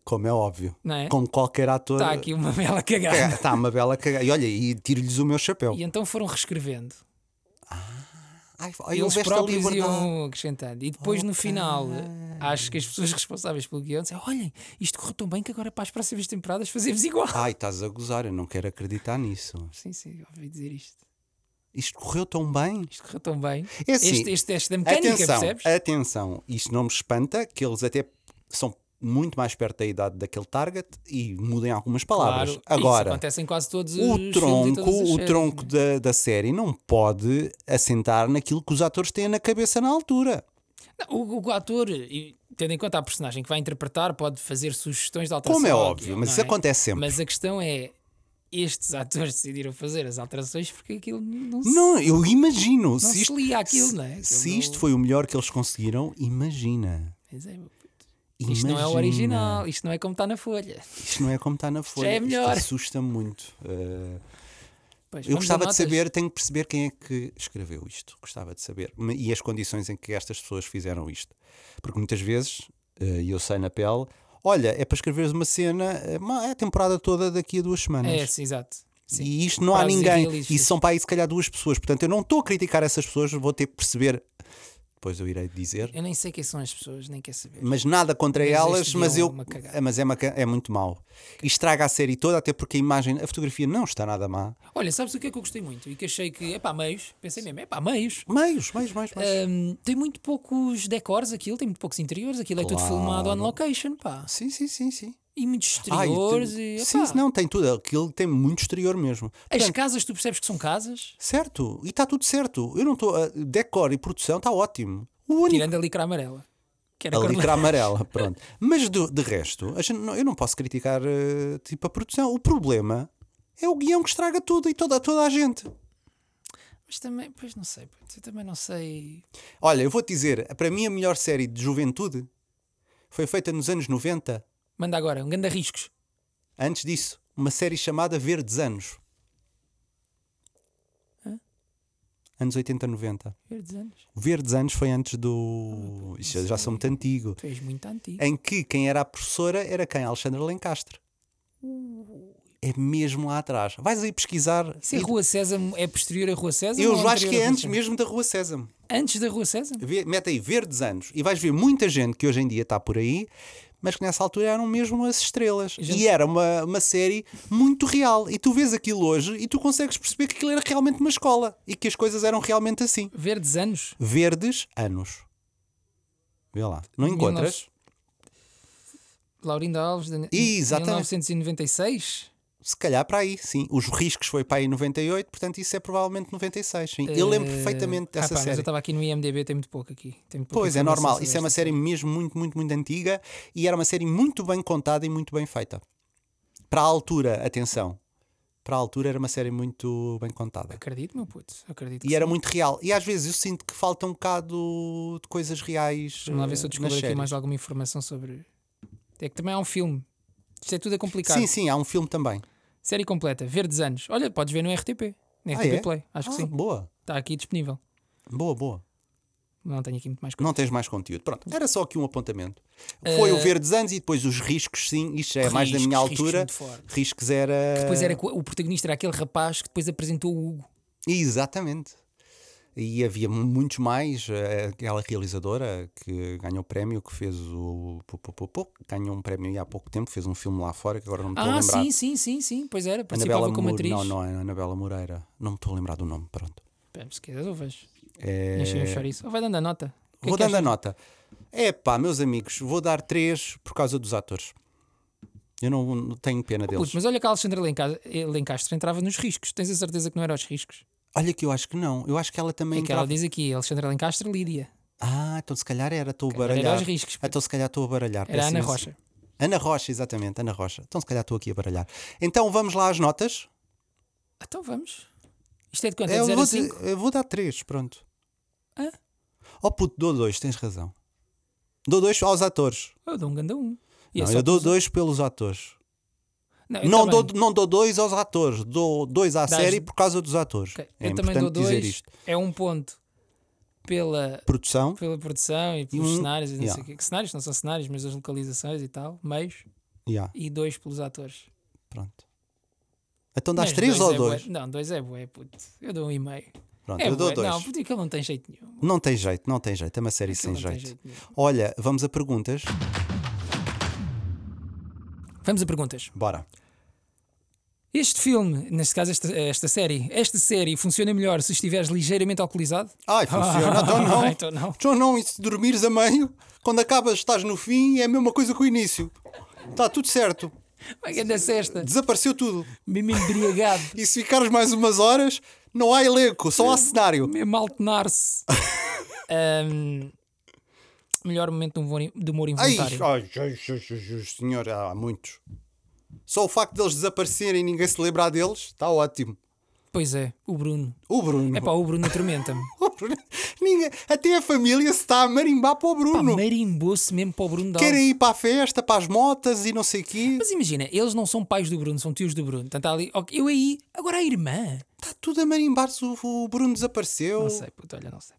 S1: Como é óbvio,
S2: Não é?
S1: como qualquer ator.
S2: está aqui uma
S1: [LAUGHS]
S2: bela cagada.
S1: caga- tá uma bela cagada. E olha, e tiro-lhes o meu chapéu.
S2: E então foram reescrevendo.
S1: Ai, ai,
S2: Eles
S1: houve esta
S2: próprios
S1: liberdade.
S2: iam um- acrescentando. E depois no
S1: Ok.
S2: final, acho que as pessoas responsáveis pelo guião disseram: Olhem, isto correu tão bem que agora para as próximas temporadas fazemos igual. [LAUGHS]
S1: Ai, estás a gozar, eu não quero acreditar nisso.
S2: Sim, sim, ouvi dizer isto.
S1: Isto correu tão bem.
S2: Isto correu tão bem.
S1: É assim,
S2: este, este teste da mecânica,
S1: atenção,
S2: percebes?
S1: atenção, isto não me espanta que eles até são muito mais perto da idade daquele target e mudem algumas palavras.
S2: Claro, isso
S1: Agora,
S2: acontece em quase todos os
S1: o
S2: filmes e todas
S1: tronco,
S2: as
S1: o
S2: séries,
S1: tronco
S2: né?
S1: da, da série não pode assentar naquilo que os atores têm na cabeça na altura.
S2: Tá Não, o, o ator, e tendo em conta a personagem que vai interpretar, pode fazer sugestões de alteração.
S1: Como é
S2: ao
S1: óbvio,
S2: guião,
S1: mas
S2: não
S1: isso
S2: é?
S1: acontece sempre.
S2: Mas a questão é: estes atores decidiram fazer as alterações porque aquilo não, se-
S1: Não, eu imagino.
S2: não
S1: se
S2: se
S1: isto,
S2: lia aquilo, não é? Aquilo
S1: se
S2: não-
S1: isto foi o melhor que eles conseguiram, imagina.
S2: Mas é, meu puto,
S1: imagina.
S2: Isto não é o original, isto não é como está na folha.
S1: Isto não é como está na folha.
S2: é melhor.
S1: Isto assusta-me muito. Eh,
S2: Pois,
S1: eu
S2: vamos a
S1: gostava de
S2: notas.
S1: saber, tenho que perceber quem é que escreveu isto. Gostava de saber. Me- E as condições em que estas pessoas fizeram isto. Porque muitas vezes, eh, e eu sei na pele, olha, é para escreveres uma cena, eh, ma- é a temporada toda daqui a duas semanas.
S2: É, sim, exato. Sim.
S1: E isto não há
S2: Prazos
S1: ninguém.
S2: irrealistas.
S1: E são para aí se calhar duas pessoas. Portanto, eu não estou a criticar essas pessoas, vou ter que perceber. Depois eu irei dizer.
S2: Eu nem sei quem são as pessoas, nem quero saber.
S1: Mas nada contra
S2: Mas
S1: elas,
S2: este
S1: mas
S2: guião
S1: eu.
S2: é uma cagada.
S1: mas é, uma ca- é muito mau. E estraga a série toda, até porque a imagem, a fotografia não está nada má.
S2: Olha, sabes o que é que eu gostei muito? E que achei que, é pá, meios. Pensei mesmo, é pá, meios.
S1: Meios, meios, meios, meios.
S2: Hum, tem muito poucos decors aquilo, tem muito poucos interiores, aquilo é tudo
S1: Claro.
S2: filmado on location, pá.
S1: Sim, sim, sim, sim.
S2: E
S1: Ah,
S2: muitos
S1: e tem-
S2: Ah, exteriores e,
S1: sim,
S2: epá,
S1: não, tem tudo. Aquilo tem muito exterior mesmo.
S2: As casas tu percebes que são casas,
S1: Certo, e está tudo certo. Eu não estou. a- Decor e produção está ótimo. O único
S2: tirando a licra amarela. Que era
S1: A
S2: a cor de-
S1: licra amarela, pronto. Mas do- de resto, a gente não- eu não posso criticar eh, tipo, a produção. O problema é o guião que estraga tudo e toda, toda a gente.
S2: Mas também, pois não sei, putz, eu também não sei.
S1: Olha, eu vou-te dizer, para mim a melhor série de juventude foi feita nos anos 90.
S2: Manda agora, um ganda riscos.
S1: Antes disso, uma série chamada Verdes Anos. Anos 80, 90.
S2: Verdes anos.
S1: Verdes Anos foi antes do. Isso já sou muito antigo.
S2: Tu és muito antigo.
S1: em que quem era a professora era quem? Alexandra Lencastre. É mesmo lá atrás. Vais aí pesquisar.
S2: Isso é Rua Sésamo, é posterior à Rua Sésamo?
S1: Eu
S2: ou
S1: já acho
S2: anterior
S1: que é
S2: à Rua
S1: antes
S2: Sésamo?
S1: mesmo da Rua Sésamo.
S2: Antes da Rua Sésamo?
S1: Vê- Mete aí verdes anos e vais ver muita gente que hoje em dia está por aí, mas que nessa altura eram mesmo as estrelas.
S2: Gente-
S1: E era uma, uma série muito real. E tu vês aquilo hoje e tu consegues perceber que aquilo era realmente uma escola e que as coisas eram realmente assim.
S2: Verdes anos?
S1: Verdes anos. Vê lá. Não
S2: 1900.
S1: encontras?
S2: Laurinda Alves, de
S1: Exatamente.
S2: 1996?
S1: Se calhar para aí, sim. Os riscos foi para aí 98, portanto isso é provavelmente 96. Sim. Eu lembro
S2: Eh,
S1: perfeitamente
S2: ah,
S1: dessa
S2: pá, Mas eu
S1: série.
S2: estava aqui no IMDB, tem muito pouco aqui. Tem muito pouca
S1: Pois é
S2: informação
S1: normal,
S2: sobre
S1: isso é uma
S2: esta
S1: série mesmo muito, muito, muito antiga e era uma série muito bem contada e muito bem feita. Para a altura, atenção, para a altura era uma série muito bem contada
S2: Acredito, meu puto. Acredito. que
S1: e é era muito real. E às vezes eu sinto que falta um bocado de coisas reais.
S2: Vamos lá ver se
S1: eh, nas
S2: eu descubro aqui um
S1: séries.
S2: mais alguma informação sobre. É que também há um filme. Isto é tudo é complicado.
S1: Sim, sim, há um filme também.
S2: Série completa, Verdes Anos. Olha, podes ver no RTP. No
S1: Ah,
S2: RTP
S1: é?
S2: Play, acho que
S1: Ah,
S2: sim.
S1: Boa,
S2: Está aqui disponível.
S1: boa, boa.
S2: Não tenho aqui muito mais coisa.
S1: Não tens mais conteúdo. Pronto, era só aqui um apontamento. Foi o Verdes Anos e depois os riscos, sim. Isto é mais da
S2: Eh, Riscos,
S1: minha
S2: riscos
S1: altura.
S2: muito forte.
S1: Riscos era.
S2: Depois era co- o protagonista era aquele rapaz que depois apresentou o Hugo.
S1: Exatamente. E havia muitos mais. eh, Aquela realizadora que ganhou prémio, que fez o. pu- pu- pu- pu- Ganhou um prémio há pouco tempo, fez um filme lá fora, que agora não me estou a
S2: Ah,
S1: lembrar.
S2: sim, sim, sim, sim. Pois era, participava
S1: Anabela
S2: como
S1: Moure-
S2: atriz.
S1: Não, não é Anabela Moreira. Não me estou a lembrar do nome, pronto.
S2: Pá, Se quiseres, eu vejo.
S1: É,
S2: Enchei um chouriço. Oh, vai dando a nota. O que é
S1: Vou
S2: que
S1: dando a
S2: achas?
S1: nota. É pá, meus amigos, vou dar 3 por causa dos atores. Eu não, não tenho pena deles.
S2: Puto, mas olha que a Alexandra Lenca- Lencastre entrava nos riscos. Tens a certeza que não era aos riscos?
S1: Olha que eu acho que não. Eu acho que ela também.
S2: É que ela
S1: entrava-
S2: diz aqui, Alexandra Lencastre, Lídia.
S1: Ah, então se calhar era, estou a
S2: calhar era
S1: baralhar.
S2: aos riscos.
S1: Então se calhar estou a baralhar.
S2: Era a
S1: peço
S2: Ana
S1: imensa-
S2: Rocha.
S1: Ana Rocha, exatamente, Ana Rocha. Então se calhar estou aqui a baralhar. Então vamos lá às notas.
S2: Então vamos. Isto é de quanto? É
S1: Eu
S2: de 0
S1: vou,
S2: a 5?
S1: eu vou dar 3, pronto.
S2: Hã?
S1: Oh puto, dou 2, tens razão. Dou 2 aos atores.
S2: Eu dou um ganda um. E é
S1: não,
S2: só
S1: eu dou
S2: pelos-
S1: 2 pelos atores.
S2: Não, eu
S1: Não
S2: também.
S1: dou, não dou dois aos atores, dou dois à
S2: Dás-
S1: série por causa dos atores.
S2: Ok.
S1: É
S2: eu também
S1: importante
S2: dou
S1: dizer
S2: dois.
S1: isto.
S2: É um ponto pela,
S1: Produção,
S2: pela produção e pelos
S1: um-
S2: cenários. E não
S1: yeah.
S2: sei o quê. Que cenários não são cenários, mas as localizações e tal. Meios.
S1: yeah,
S2: E dois pelos atores.
S1: pronto. Então dás
S2: Mas
S1: três ou
S2: é
S1: dois?
S2: bué. Não, dois é bué, puto. Eu dou um e meio.
S1: Pronto,
S2: É
S1: eu dou
S2: bué.
S1: dois.
S2: Não,
S1: Não,
S2: porque aquilo não tem jeito nenhum.
S1: tem jeito, não tem jeito. É uma série sem
S2: Aquilo não tem
S1: jeito.
S2: jeito nenhum.
S1: Olha, vamos a perguntas.
S2: Vamos a perguntas.
S1: Bora.
S2: Este filme, neste caso esta, esta série, esta série funciona melhor se estiveres ligeiramente alcoolizado?
S1: Ai,
S2: [LAUGHS]
S1: funciona, então não.
S2: Então não.
S1: Então não, e se dormires a meio, quando acabas estás no fim, é a mesma coisa que o início. Está tudo certo.
S2: Vai que é da sexta.
S1: Desapareceu tudo.
S2: Mesmo embriagado, [LAUGHS]
S1: E se ficares mais umas horas, não há elenco, só há cenário.
S2: mesmo alternar-se. Ahm, melhor momento de humor, de humor
S1: Ai,
S2: involuntário.
S1: ai, ai, ai, ai, ai, senhor, há muitos. Só o facto deles desaparecerem e ninguém se lembrar deles, está ótimo.
S2: Pois é, o Bruno.
S1: O Bruno.
S2: É pá, o Bruno atormenta-me.
S1: [LAUGHS] O Bruno- ninguém- até a família se está a marimbar para o
S2: Pá,
S1: Bruno.
S2: marimbou-se mesmo para o Bruno dar. um
S1: Querem ir para a festa, para as motas e não sei o quê.
S2: Mas imagina, eles não são pais do Bruno, são tios do Bruno. Portanto, há ali, ok, eu aí, agora a irmã.
S1: Está tudo a marimbar-se, o, o Bruno desapareceu.
S2: Não sei, puto, olha, não sei.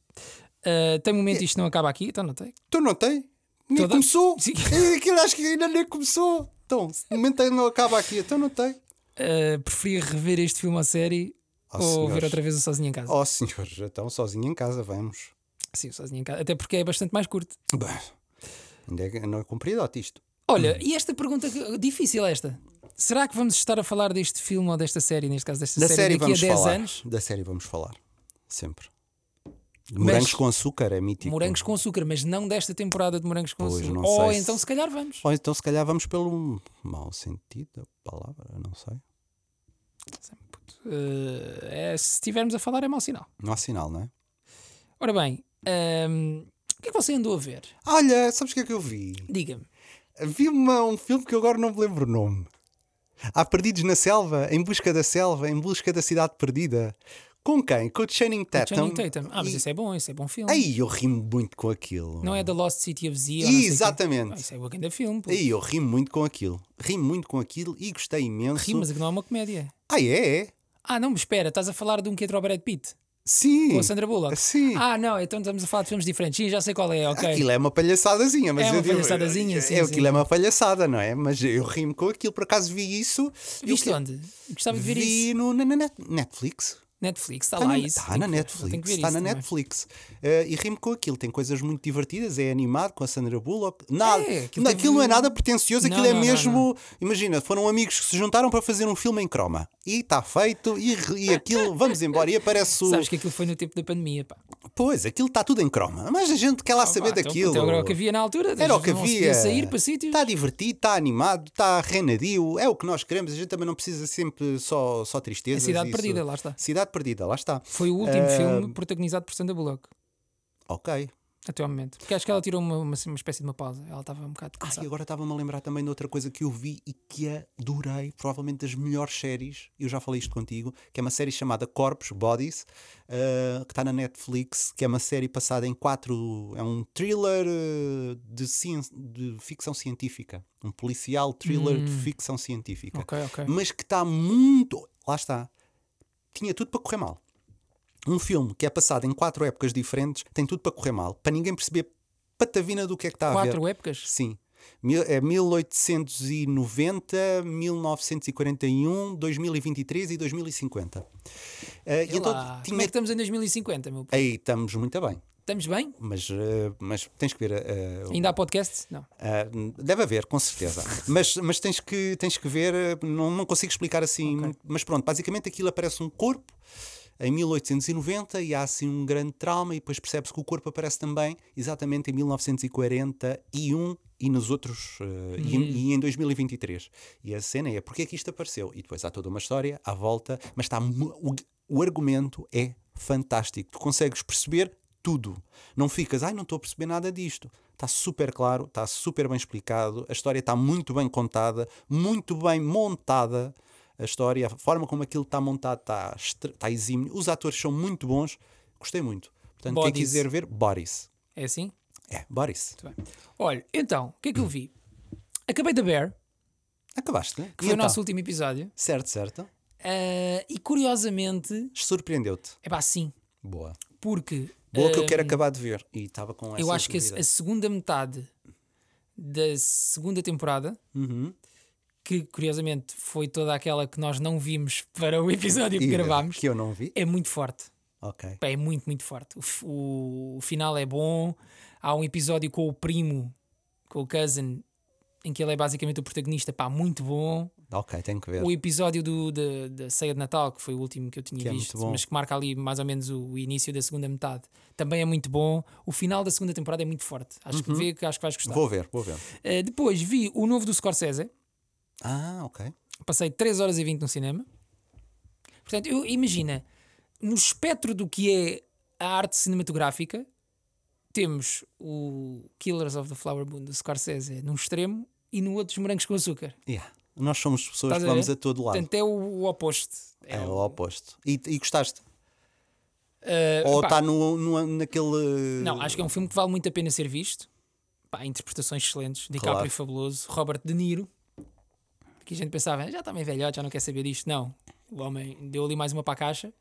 S2: Ah, tem um momento isto não acaba aqui, então não tem.
S1: Tu não tem? Nem
S2: Toda-
S1: começou. [LAUGHS]
S2: Sim.
S1: Aquilo acho que ainda nem começou. Então, se no momento não acaba aqui, então não tem.
S2: Uh, preferia rever este filme à série
S1: Oh,
S2: ou ver
S1: senhores.
S2: outra vez o Sozinho em Casa.
S1: Oh, senhores, então sozinho em casa, vamos.
S2: Sim, o Sozinho em Casa. Até porque é bastante mais curto.
S1: Bem, ainda é que não é compridote isto. Hum.
S2: Olha, e esta pergunta que- difícil esta. Será que vamos estar a falar deste filme ou desta série, neste caso desta
S1: Da
S2: série,
S1: série
S2: daqui
S1: vamos
S2: a 10
S1: falar.
S2: anos?
S1: Da série vamos falar. Sempre. Morangos com açúcar é mítico.
S2: Morangos com açúcar, mas não desta temporada de Morangos com
S1: Pois,
S2: açúcar.
S1: não
S2: Ou
S1: sei se-
S2: então se calhar vamos.
S1: Ou então se calhar vamos pelo mau sentido da palavra, não sei.
S2: Uh, é, se estivermos a falar é mau sinal.
S1: Não há sinal, não é?
S2: Ora bem, um, o que é que você andou a ver?
S1: Olha, sabes o que é que eu vi?
S2: Diga-me.
S1: Vi uma- um filme que eu agora não me lembro o nome. Há Perdidos na Selva, Em Busca da Selva, Em Busca da Cidade Perdida. Com quem? Com o Channing Tatum.
S2: Channing Tatum. Ah,
S1: então,
S2: mas
S1: E-
S2: isso é bom, isso é bom filme.
S1: Ai, eu rimo muito com aquilo.
S2: Não é The Lost City of Z? ou não sei o quê?
S1: Exatamente.
S2: Ah, Isso é o grande filme. pô.
S1: Ai, eu rimo muito com aquilo. Rimo muito com aquilo e gostei imenso.
S2: Sim, mas aquilo não é uma comédia.
S1: Ah, é? é?
S2: Ah, não, mas espera, estás a falar de um que é de Brad Pitt
S1: Sim. É,
S2: com a Sandra Bullock.
S1: Sim.
S2: Ah, não, então estamos a falar de filmes diferentes. Sim, já sei qual é, ok.
S1: Aquilo é uma palhaçadazinha, mas
S2: É uma
S1: eu digo-
S2: palhaçadazinha, sim,
S1: é,
S2: sim.
S1: Aquilo é uma palhaçada, não é? Mas eu rimo com aquilo, por acaso vi isso. e
S2: Viste
S1: eu que-
S2: onde? Gostava de ver isso.
S1: Vi no, na, na net- Netflix.
S2: Netflix, está
S1: Está
S2: lá
S1: na,
S2: isso.
S1: tá
S2: Tenho
S1: na
S2: que ver, tenho que
S1: Netflix. Está
S2: ver isso é?
S1: na
S2: também.
S1: Netflix. Eh, e rimo com aquilo. Tem coisas muito divertidas. É animado com a Sandra Bullock. Nada,
S2: É, aquilo
S1: aquilo
S2: teve-
S1: não é nada pretencioso. Aquilo
S2: Não,
S1: é
S2: não, não,
S1: mesmo. Imagina, foram amigos que se juntaram para fazer um filme em croma. E está feito. E, re- e aquilo, vamos embora. E aparece o.
S2: Sabes que aquilo foi no tempo da pandemia, pá.
S1: Pois, aquilo está tudo em croma. Mas a gente quer lá saber
S2: Pá, então,
S1: daquilo.
S2: então era o que havia na altura.
S1: Era o que
S2: não se
S1: havia. Tá,
S2: podia sair para sítios.
S1: Está divertido, está animado, está renadio. É o que nós queremos. A gente também não precisa sempre só, só tristeza.
S2: A É Cidade Perdida, lá está.
S1: Cidade Perdida, lá está.
S2: Foi o último
S1: Ah,
S2: filme protagonizado por Sandra Bullock.
S1: Ok.
S2: Até ao momento. Porque acho que ela tirou uma, uma, uma espécie de uma pausa. Ela estava um bocado
S1: Ah,
S2: cansada.
S1: e agora estava-me a lembrar também de outra coisa que eu vi e que adorei, provavelmente das melhores séries, eu já falei isto contigo, que é uma série chamada Corpos, Bodies, eh, que está na Netflix, que é uma série passada em quatro. É um thriller eh, de, cien- de ficção científica. Um policial thriller de ficção científica.
S2: Hum. Ok, ok.
S1: Mas que está muito. Lá está. Tinha tudo para correr mal. Um filme que é passado em quatro épocas diferentes tem tudo para correr mal, para ninguém perceber patavina do que é que está a ver.
S2: Quatro épocas?
S1: Sim. Mil- É 1890, 1941, 2023 um, e 2050. Eh, e
S2: Sei
S1: então
S2: lá.
S1: tinha-
S2: Como é que estamos em 2050, meu?
S1: Aí estamos muito bem,
S2: Estamos bem?
S1: mas, eh, mas tens que ver. eh, o-
S2: Ainda há podcast? Não.
S1: ah, deve haver, com certeza. mas mas tens, que, tens que ver, eh, não, não consigo explicar assim. muito, Mas pronto, basicamente aquilo aparece um corpo em 1890 e há assim um grande trauma, e depois percebe-se que o corpo aparece também exatamente em 1941 e nos outros, eh, e, e em 2023. E a cena é porque é que isto apareceu? E depois há toda uma história à volta, mas está, mu- o, o argumento é fantástico. Tu consegues perceber tudo. Não ficas, ai, não estou a perceber nada disto. Está super claro, está super bem explicado, a história está muito bem contada, muito bem montada. A história, a forma como aquilo está montado está, extre- está exímio. Os atores são muito bons, gostei muito. Portanto, quem
S2: Bodies.
S1: quiser ver, Boris.
S2: É assim?
S1: É, Boris.
S2: Muito bem. Olha, então, o que é que eu vi? Acabei da Bear,
S1: Acabaste, né?
S2: que
S1: E
S2: foi o
S1: então?
S2: nosso último episódio,
S1: Certo, certo.
S2: ah, e curiosamente,
S1: Surpreendeu-te.
S2: é pá, sim,
S1: Boa.
S2: porque
S1: Boa que eu
S2: ah,
S1: quero acabar de ver. E estava com essa
S2: eu acho que a,
S1: dúvida.
S2: a segunda metade da segunda temporada,
S1: Uhum.
S2: que curiosamente foi toda aquela que nós não vimos para o episódio que
S1: E, eh,
S2: gravámos,
S1: Que eu não vi.
S2: é muito forte.
S1: Ok.
S2: Pá, é muito, muito forte. O, f- o- o final é bom. Há um episódio com o primo, com o cousin, em que ele é basicamente o protagonista, pá, muito bom.
S1: Ok, tenho que ver.
S2: O episódio do, da, da ceia de Natal, que foi o último que eu tinha
S1: Que é muito
S2: visto,
S1: bom.
S2: mas que marca ali mais ou menos o, o início da segunda metade, também é muito bom. O final da segunda temporada é muito forte. Acho que vê que acho que vais gostar.
S1: Uhum. Vou ver, vou ver.
S2: Eh, depois vi o novo do Scorsese,
S1: Ah, ok.
S2: passei 3 horas e 20 no cinema. Portanto, eu imagina, no espectro do que é a arte cinematográfica, temos o Killers of the Flower Moon do Scorsese num extremo e no outro os morangos com açúcar.
S1: Yeah. Nós somos pessoas
S2: Estás
S1: que
S2: a
S1: vamos
S2: ver?
S1: a todo lado.
S2: Portanto, é o, o oposto.
S1: é
S2: o-
S1: o oposto. E, e gostaste?
S2: eh,
S1: Ou tá
S2: pá,
S1: está no, no- naquele.
S2: Não, acho que é um filme que vale muito a pena ser visto. Pá, interpretações excelentes. DiCaprio
S1: Claro.
S2: fabuloso. Robert De Niro. Que a gente pensava, "Ah, já está meio velhote, já não quer saber disto. Não. O homem deu ali mais uma para a caixa.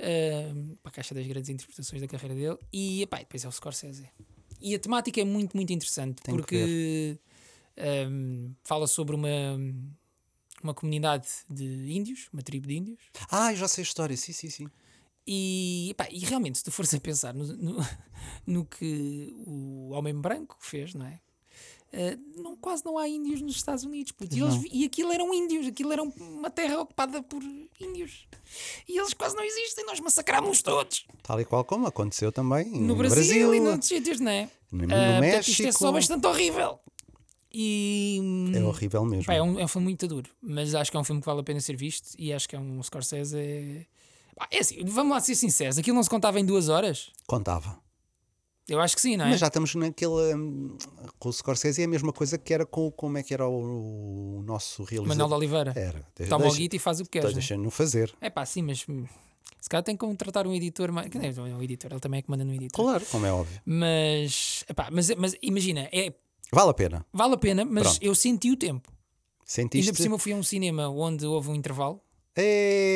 S2: Ahm, para a caixa das grandes interpretações da carreira dele. E epá, e depois é o Scorsese. E a temática é muito, muito interessante.
S1: Tenho que
S2: porque ahm, fala sobre uma, uma comunidade de índios, uma tribo de índios.
S1: Ah, eu já sei a história, sim, sim, sim.
S2: E, pá, e realmente, se tu fores a pensar no, no, [LAUGHS] no que o homem branco fez, não é? Eh, não, quase não há índios nos Estados Unidos. puto. E, eles
S1: não.
S2: vi- e aquilo eram índios, aquilo era uma terra ocupada por índios. E eles quase não existem, nós massacrámos todos
S1: Tal e qual como aconteceu também
S2: no Brasil, e noutros sítios, não é?
S1: no, no
S2: Ah, portanto, isto
S1: México.
S2: é só bastante horrível. E hum,
S1: É horrível mesmo.
S2: Pá, é, um, é um filme muito duro, mas acho que é um filme que vale a pena ser visto e acho que é um Scorsese. Pá, é assim, vamos lá ser sinceros, aquilo não se contava em duas horas?
S1: Contava.
S2: Eu acho que sim, não um- é?
S1: Mas já estamos naquele. hum, Com o Scorsese é a mesma coisa que era com o- como é que era o, o nosso
S2: Manuel de
S1: realizador.
S2: Oliveira.
S1: Era. Deixa-
S2: Toma o
S1: É, deixa-
S2: guito e faz o que queres. né?
S1: Deixa-no fazer.
S2: É pá, sim, mas hum, se calhar tem que contratar um editor. mais- que nem é um editor, ele também é que manda no editor.
S1: Claro, como é óbvio.
S2: Mas, epá, mas, mas imagina, é,
S1: Vale a pena.
S2: vale a pena, mas
S1: Pronto.
S2: eu senti o tempo. Ainda
S1: Sentiste?
S2: por cima eu fui a um cinema onde houve um intervalo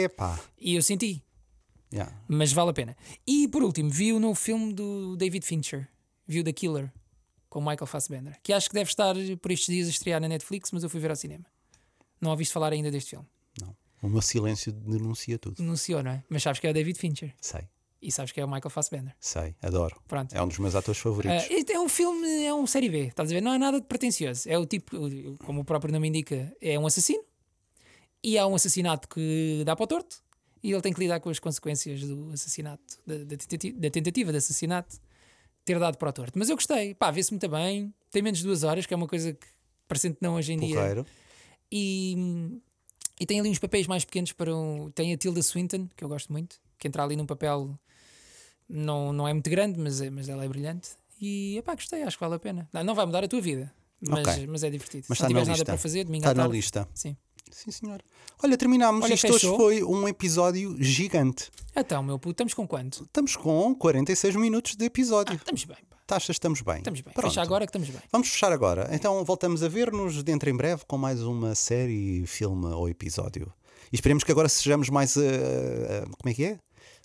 S1: Epá.
S2: e eu senti,
S1: Yeah.
S2: mas vale a pena. E por último, vi o novo filme do David Fincher, viu The Killer, com o Michael Fassbender, que acho que deve estar por estes dias a estrear na Netflix, mas eu fui ver ao cinema. Não ouviste falar ainda deste filme.
S1: Não. O meu silêncio denuncia tudo.
S2: Denunciou, não é? Mas sabes que é o David Fincher
S1: Sei,
S2: e sabes que é o Michael Fassbender.
S1: sei, adoro.
S2: Pronto.
S1: É um dos meus atores favoritos.
S2: Ah, este é um filme, é um série B, estás a ver? Não é nada de pretencioso. É o tipo, o- como o próprio nome indica, é um assassino e há um assassinato que dá para o torto e ele tem que lidar com as consequências do assassinato, da, da tentati- da tentativa de assassinato ter dado para o torto. Mas eu gostei, pá, vê-se muito bem. Tem menos de duas horas, que é uma coisa que parecendo que não hoje em um dia.
S1: Porreiro.
S2: E, e tem ali uns papéis mais pequenos para um. Tem a Tilda Swinton, que eu gosto muito, que entra ali num papel não, não é muito grande, mas, é- mas ela é brilhante. E epá, gostei, acho que vale a pena. Não, não vai mudar a tua vida, mas,
S1: Ok.
S2: mas é divertido.
S1: Mas
S2: Se
S1: está
S2: não
S1: na
S2: tiveres nada
S1: lista.
S2: para fazer, domingo
S1: Está
S2: à
S1: na
S2: tarde.
S1: lista.
S2: Sim.
S1: Sim, senhor. Olha, terminámos.
S2: Olha,
S1: Isto hoje
S2: fechou.
S1: foi um episódio gigante.
S2: Então, meu puto, estamos com quanto?
S1: Estamos com 46 minutos de episódio.
S2: Estamos bem, pá.
S1: Taxas, estamos bem.
S2: Ah. Estamos bem.
S1: Ah, Pronto.
S2: Fecha agora que estamos bem.
S1: Vamos fechar agora. Então voltamos a ver-nos dentro em breve com mais uma série, filme ou episódio. E esperemos que agora sejamos mais. eh, eh, como é que é?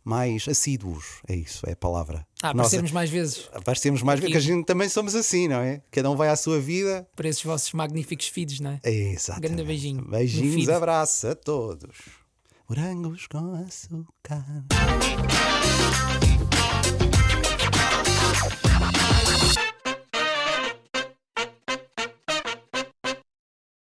S1: Mais assíduos. É isso, é a palavra.
S2: Ah, para
S1: Nós-
S2: sermos mais vezes
S1: aparecemos mais vezes, que a gente também somos assim, não é? Cada um vai à sua vida.
S2: para esses vossos magníficos feeds, não é?
S1: É, Exatamente.
S2: Grande beijinho. No
S1: Beijinhos,
S2: feed.
S1: abraço a todos. Morangos com açúcar.